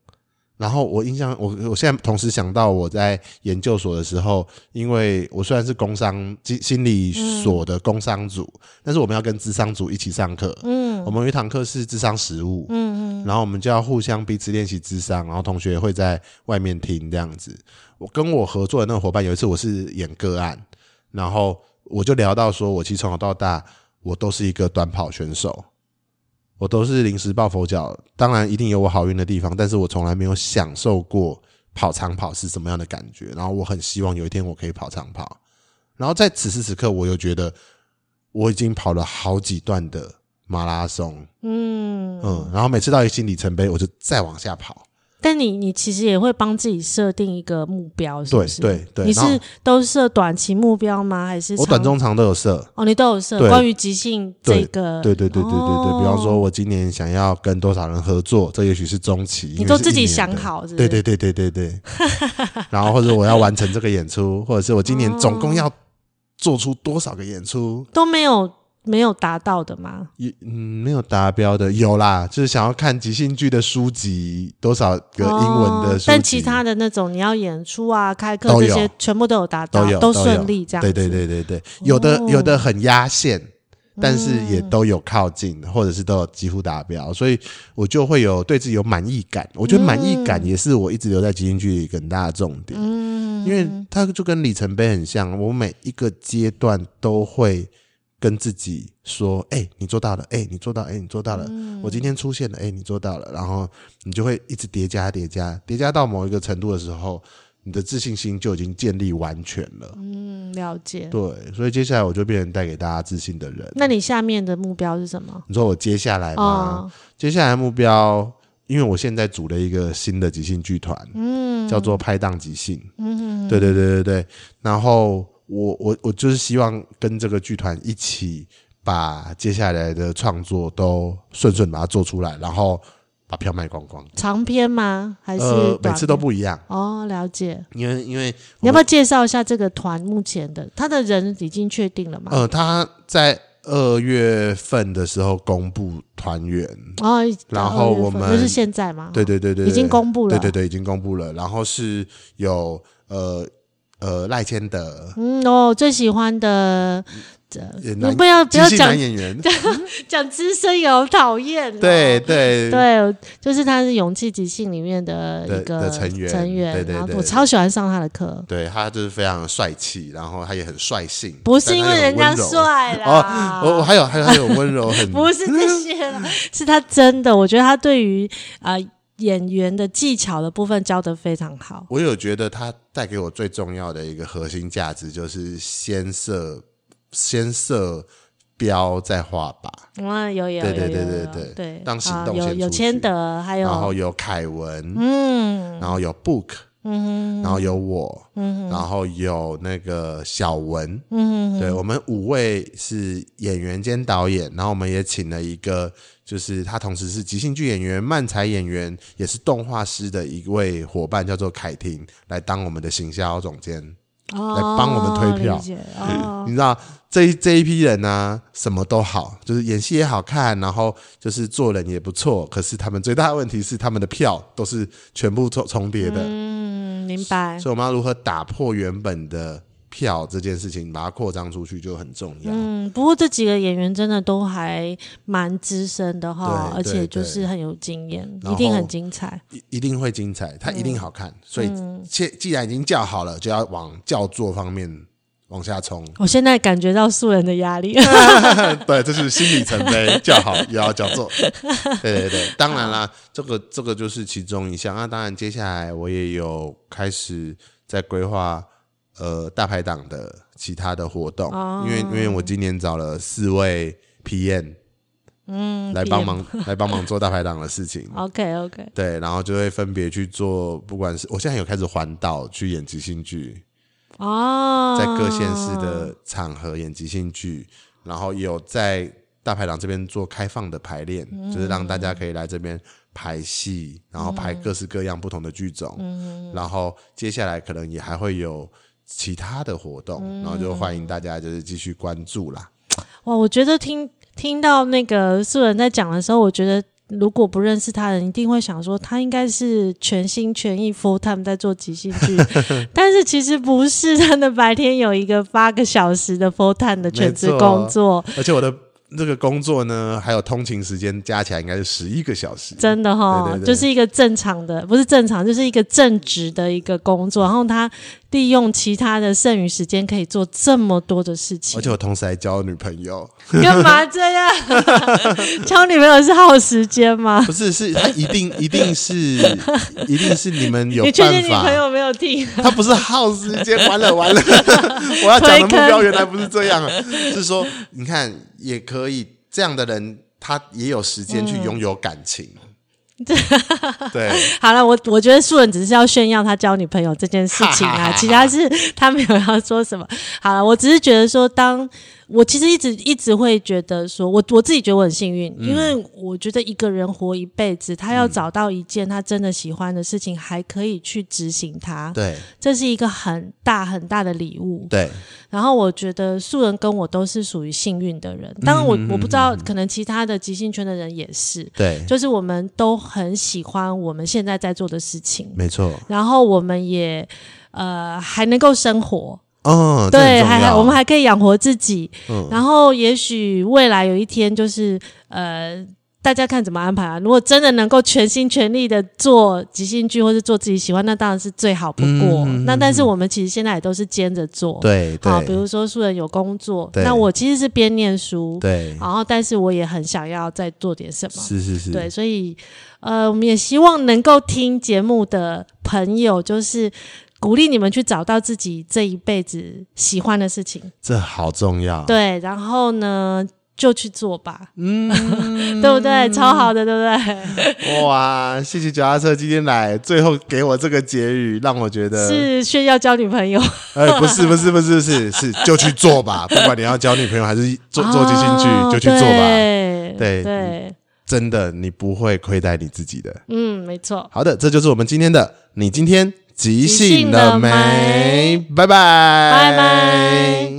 Speaker 1: 然后我印象，我我现在同时想到我在研究所的时候，因为我虽然是工商心心理所的工商组，但是我们要跟智商组一起上课。
Speaker 2: 嗯
Speaker 1: 我们有一堂课是智商实务，
Speaker 2: 嗯嗯，
Speaker 1: 然后我们就要互相彼此练习智商，然后同学会在外面听这样子。我跟我合作的那个伙伴，有一次我是演个案，然后我就聊到说，我其实从小到大我都是一个短跑选手，我都是临时抱佛脚，当然一定有我好运的地方，但是我从来没有享受过跑长跑是什么样的感觉。然后我很希望有一天我可以跑长跑，然后在此时此刻，我又觉得我已经跑了好几段的马拉松。
Speaker 2: 嗯
Speaker 1: 嗯，然后每次到一个新里程碑，我就再往下跑。
Speaker 2: 但你你其实也会帮自己设定一个目标，是不是？
Speaker 1: 对对对
Speaker 2: 你
Speaker 1: 然后
Speaker 2: 是都设短期目标吗？还是
Speaker 1: 我
Speaker 2: 长
Speaker 1: 短中长都有设。
Speaker 2: 哦，你都有设
Speaker 1: 对
Speaker 2: 关于即兴这个，
Speaker 1: 对对对对对对，比方说，
Speaker 2: 哦，
Speaker 1: 我今年想要跟多少人合作，这也许是中期，因
Speaker 2: 你
Speaker 1: 为
Speaker 2: 都
Speaker 1: 是
Speaker 2: 自
Speaker 1: 一
Speaker 2: 己
Speaker 1: 年的
Speaker 2: 想。好，是不
Speaker 1: 对
Speaker 2: 是
Speaker 1: 对对对对 对。然后或者我要完成这个演出，或者是我今年总
Speaker 2: 哦
Speaker 1: 共要做出多少个演出，
Speaker 2: 都没有没有达到的嘛。
Speaker 1: 也嗯没有达标的有啦，就是想要看即兴剧的书籍多少个英文的
Speaker 2: 哦
Speaker 1: 书籍，
Speaker 2: 但其他的那种你要演出啊、开课
Speaker 1: 都
Speaker 2: 这
Speaker 1: 有
Speaker 2: 些，全部都有达到
Speaker 1: 都，有
Speaker 2: 顺利这样。
Speaker 1: 对对，对对对，有的、
Speaker 2: 哦
Speaker 1: 有的很压线，但是也都有靠近，或者是都有几乎达标，所以我就会有对自己有满意感。我觉得满意感也是我一直留在即兴剧里跟大家重点，
Speaker 2: 嗯，
Speaker 1: 因为它就跟里程碑很像，我每一个阶段都会。跟自己说：“哎、你做到了！哎、你做到！哎、你做到了！
Speaker 2: 嗯
Speaker 1: 我今天出现了！哎、你做到了！”然后你就会一直叠加、叠加、叠加到某一个程度的时候，你的自信心就已经建立完全了。
Speaker 2: 嗯，了解。
Speaker 1: 对，所以接下来我就变成带给大家自信的人。
Speaker 2: 那你下面的目标是什么？
Speaker 1: 你说我接下来吗？
Speaker 2: 哦，
Speaker 1: 接下来目标，因为我现在组了一个新的即兴剧团，
Speaker 2: 嗯
Speaker 1: 叫做拍档即兴。
Speaker 2: 嗯，
Speaker 1: 对对对对对。然后我我我就是希望跟这个剧团一起把接下来的创作都顺顺把它做出来，然后把票卖光光。
Speaker 2: 长篇吗？还是
Speaker 1: 呃，每
Speaker 2: 短
Speaker 1: 次都
Speaker 2: 篇
Speaker 1: 不一样，
Speaker 2: 哦，了解。
Speaker 1: 因为因为
Speaker 2: 你要不要介绍一下这个团目前的他的人已经确定了吗？
Speaker 1: 呃，他在二月份的时候公布团员，
Speaker 2: 哦，
Speaker 1: 然后我们
Speaker 2: 就是现在吗？
Speaker 1: 对对对对，
Speaker 2: 已经公布了。
Speaker 1: 对对对，已经公布了。然后是有呃呃赖千德，
Speaker 2: 嗯，哦，最喜欢的，
Speaker 1: 也
Speaker 2: 嗯你
Speaker 1: 男
Speaker 2: 不要不
Speaker 1: 即
Speaker 2: 要
Speaker 1: 兴
Speaker 2: 讲
Speaker 1: 男演 员，
Speaker 2: 讲资深也好讨厌哦、
Speaker 1: 对对
Speaker 2: 对，就是他是勇气即兴里面的
Speaker 1: 的
Speaker 2: 一个
Speaker 1: 的成员对对
Speaker 2: 然后
Speaker 1: 对
Speaker 2: 我超喜欢上他的课，
Speaker 1: 对，他就是非常帅气，然后他也很率性，
Speaker 2: 不是
Speaker 1: 但
Speaker 2: 因
Speaker 1: 他
Speaker 2: 为
Speaker 1: 又很
Speaker 2: 人家啊
Speaker 1: 温柔。
Speaker 2: 帅啦，
Speaker 1: 哦，我、还有还有还有温柔，很
Speaker 2: 不是这些 啦，是他真的，我觉得他对于啊、呃演员的技巧的部分教的非常好。
Speaker 1: 我有觉得他带给我最重要的一个核心价值就是先设先设标再画靶，
Speaker 2: 嗯，有有有
Speaker 1: 对对
Speaker 2: 有
Speaker 1: 对
Speaker 2: 有
Speaker 1: 对
Speaker 2: 有
Speaker 1: 对
Speaker 2: 对，
Speaker 1: 让行
Speaker 2: 啊
Speaker 1: 动
Speaker 2: 有
Speaker 1: 先
Speaker 2: 有
Speaker 1: 出
Speaker 2: 千
Speaker 1: 去
Speaker 2: 德，还
Speaker 1: 然后
Speaker 2: 有
Speaker 1: 有凯文，
Speaker 2: 哎嗯
Speaker 1: 然后有 Book，
Speaker 2: 嗯
Speaker 1: 然后有我，然后有那个小文，
Speaker 2: 嗯
Speaker 1: 对我们五位是演员兼导演，然后我们也请了一个，就是他同时是即兴剧演员、漫才演员，也是动画师的一位伙伴，叫做凯婷，来当我们的行销总监。
Speaker 2: 哦，
Speaker 1: 来帮我们推票
Speaker 2: 理解哦
Speaker 1: 你知道这一这一批人呢、什么都好，就是演戏也好看，然后就是做人也不错，可是他们最大的问题是他们的票都是全部重重叠的，
Speaker 2: 嗯明白。
Speaker 1: 所以我们要如何打破原本的票这件事情，把它扩张出去就很重要。
Speaker 2: 嗯，不过这几个演员真的都还蛮资深的哈，
Speaker 1: 对
Speaker 2: 而且
Speaker 1: 对
Speaker 2: 就是很有经验，
Speaker 1: 然
Speaker 2: 一定
Speaker 1: 后
Speaker 2: 很精彩。
Speaker 1: 一一定会精彩，它一定好看。所以既既然已经叫好了，就要往叫座方面往下冲。
Speaker 2: 我现在感觉到素人的压力，
Speaker 1: 对，这是心理层面，叫好也要叫座。对对对，当然啦，这个这个就是其中一项。那啊当然，接下来我也有开始在规划呃大排档的其他的活动，因为因为我今年找了四位 PM
Speaker 2: 嗯，
Speaker 1: 来帮忙来帮忙做大排档的事情。
Speaker 2: OK OK，
Speaker 1: 对，然后就会分别去做，不管是我现在有开始环岛去演即兴剧，
Speaker 2: 哦，
Speaker 1: 在各县市的场合演即兴剧，然后有在大排档这边做开放的排练，就是让大家可以来这边排戏，然后排各式各样不同的剧种，然后接下来可能也还会有其他的活动，然后就欢迎大家就是继续关注啦。
Speaker 2: 哇，我觉得听听到那个素人在讲的时候，我觉得如果不认识他的人，一定会想说他应该是全心全意 full time 在做即兴 剧，但是其实不是，他的白天有一个八个小时的 full time 的全职
Speaker 1: 没错
Speaker 2: 工作，
Speaker 1: 而且我的这个工作呢，还有通勤时间加起来应该是十一个小时，
Speaker 2: 真的哈、
Speaker 1: 对对对
Speaker 2: 就是一个正常的，不是正常，就是一个正职的一个工作，然后他利用其他的剩余时间可以做这么多的事 情
Speaker 1: 而，且我同时还交女朋友。
Speaker 2: 干嘛这样？ 交女朋友是耗时间吗？
Speaker 1: 不是，是他一定一定是一定是你们有
Speaker 2: 你确定
Speaker 1: 办
Speaker 2: 你朋
Speaker 1: 法，
Speaker 2: 友没有听？
Speaker 1: 他不是耗时间，完了 完了，我要讲的目标原来不是这样啊，是说你看也可以这样的人，他也有时间
Speaker 2: 嗯
Speaker 1: 去拥有感 情，对，
Speaker 2: 好了，我我觉得素人只是要炫耀他交女朋友这件事 情啊，其他是他没有要说什么。好了，我只是觉得说当，我其实一直一直会觉得说，我我自己觉得我很幸运，
Speaker 1: 嗯
Speaker 2: 因为我觉得一个人活一辈子，他要找到一件他真的喜欢的事情，还可以去执行它，
Speaker 1: 对
Speaker 2: 这是一个很大很大的礼物。
Speaker 1: 对
Speaker 2: 然后我觉得素人跟我都是属于幸运的人，当然我
Speaker 1: 嗯
Speaker 2: 我不知道，可能其他的即兴圈的人也是，
Speaker 1: 对，
Speaker 2: 就是我们都很喜欢我们现在在做的事情，
Speaker 1: 没错，
Speaker 2: 然后我们也呃还能够生活，
Speaker 1: 嗯，这很
Speaker 2: 对，
Speaker 1: 重
Speaker 2: 还还
Speaker 1: 要嗯
Speaker 2: 我们还可以养活自己，然后也许未来有一天就是呃。大家看怎么安排啊？如果真的能够全心全力的做即兴剧，或是做自己喜欢，那当然是最好不过。
Speaker 1: 嗯嗯嗯
Speaker 2: 那但是我们其实现在也都是兼着做，
Speaker 1: 对
Speaker 2: 好，比
Speaker 1: 对
Speaker 2: 如说素人有工作，
Speaker 1: 对
Speaker 2: 那我其实是边念书，
Speaker 1: 对，
Speaker 2: 然后但是我也很想要再做点什么，
Speaker 1: 是是是，
Speaker 2: 对，所以呃，我们也希望能够听节目的朋友，就是鼓励你们去找到自己这一辈子喜欢的事情，
Speaker 1: 这好重要，
Speaker 2: 对，然后呢就去做吧，嗯， 对不对？超好的，对不对？
Speaker 1: 哇，谢谢脚踏车今天来，最后给我这个结语，让我觉得
Speaker 2: 是炫耀交女朋友，
Speaker 1: 哎，不是不是不 是是是，就去做吧，不管你要交女朋友还是做做即兴剧，
Speaker 2: 啊
Speaker 1: 就去做吧。
Speaker 2: 对
Speaker 1: 对
Speaker 2: 对，
Speaker 1: 真的，你不会亏待你自己的。
Speaker 2: 嗯，没错。
Speaker 1: 好的，这就是我们今天的。你今天即
Speaker 2: 即兴
Speaker 1: 兴了
Speaker 2: 了
Speaker 1: 没
Speaker 2: 没？
Speaker 1: 拜拜，
Speaker 2: 拜拜。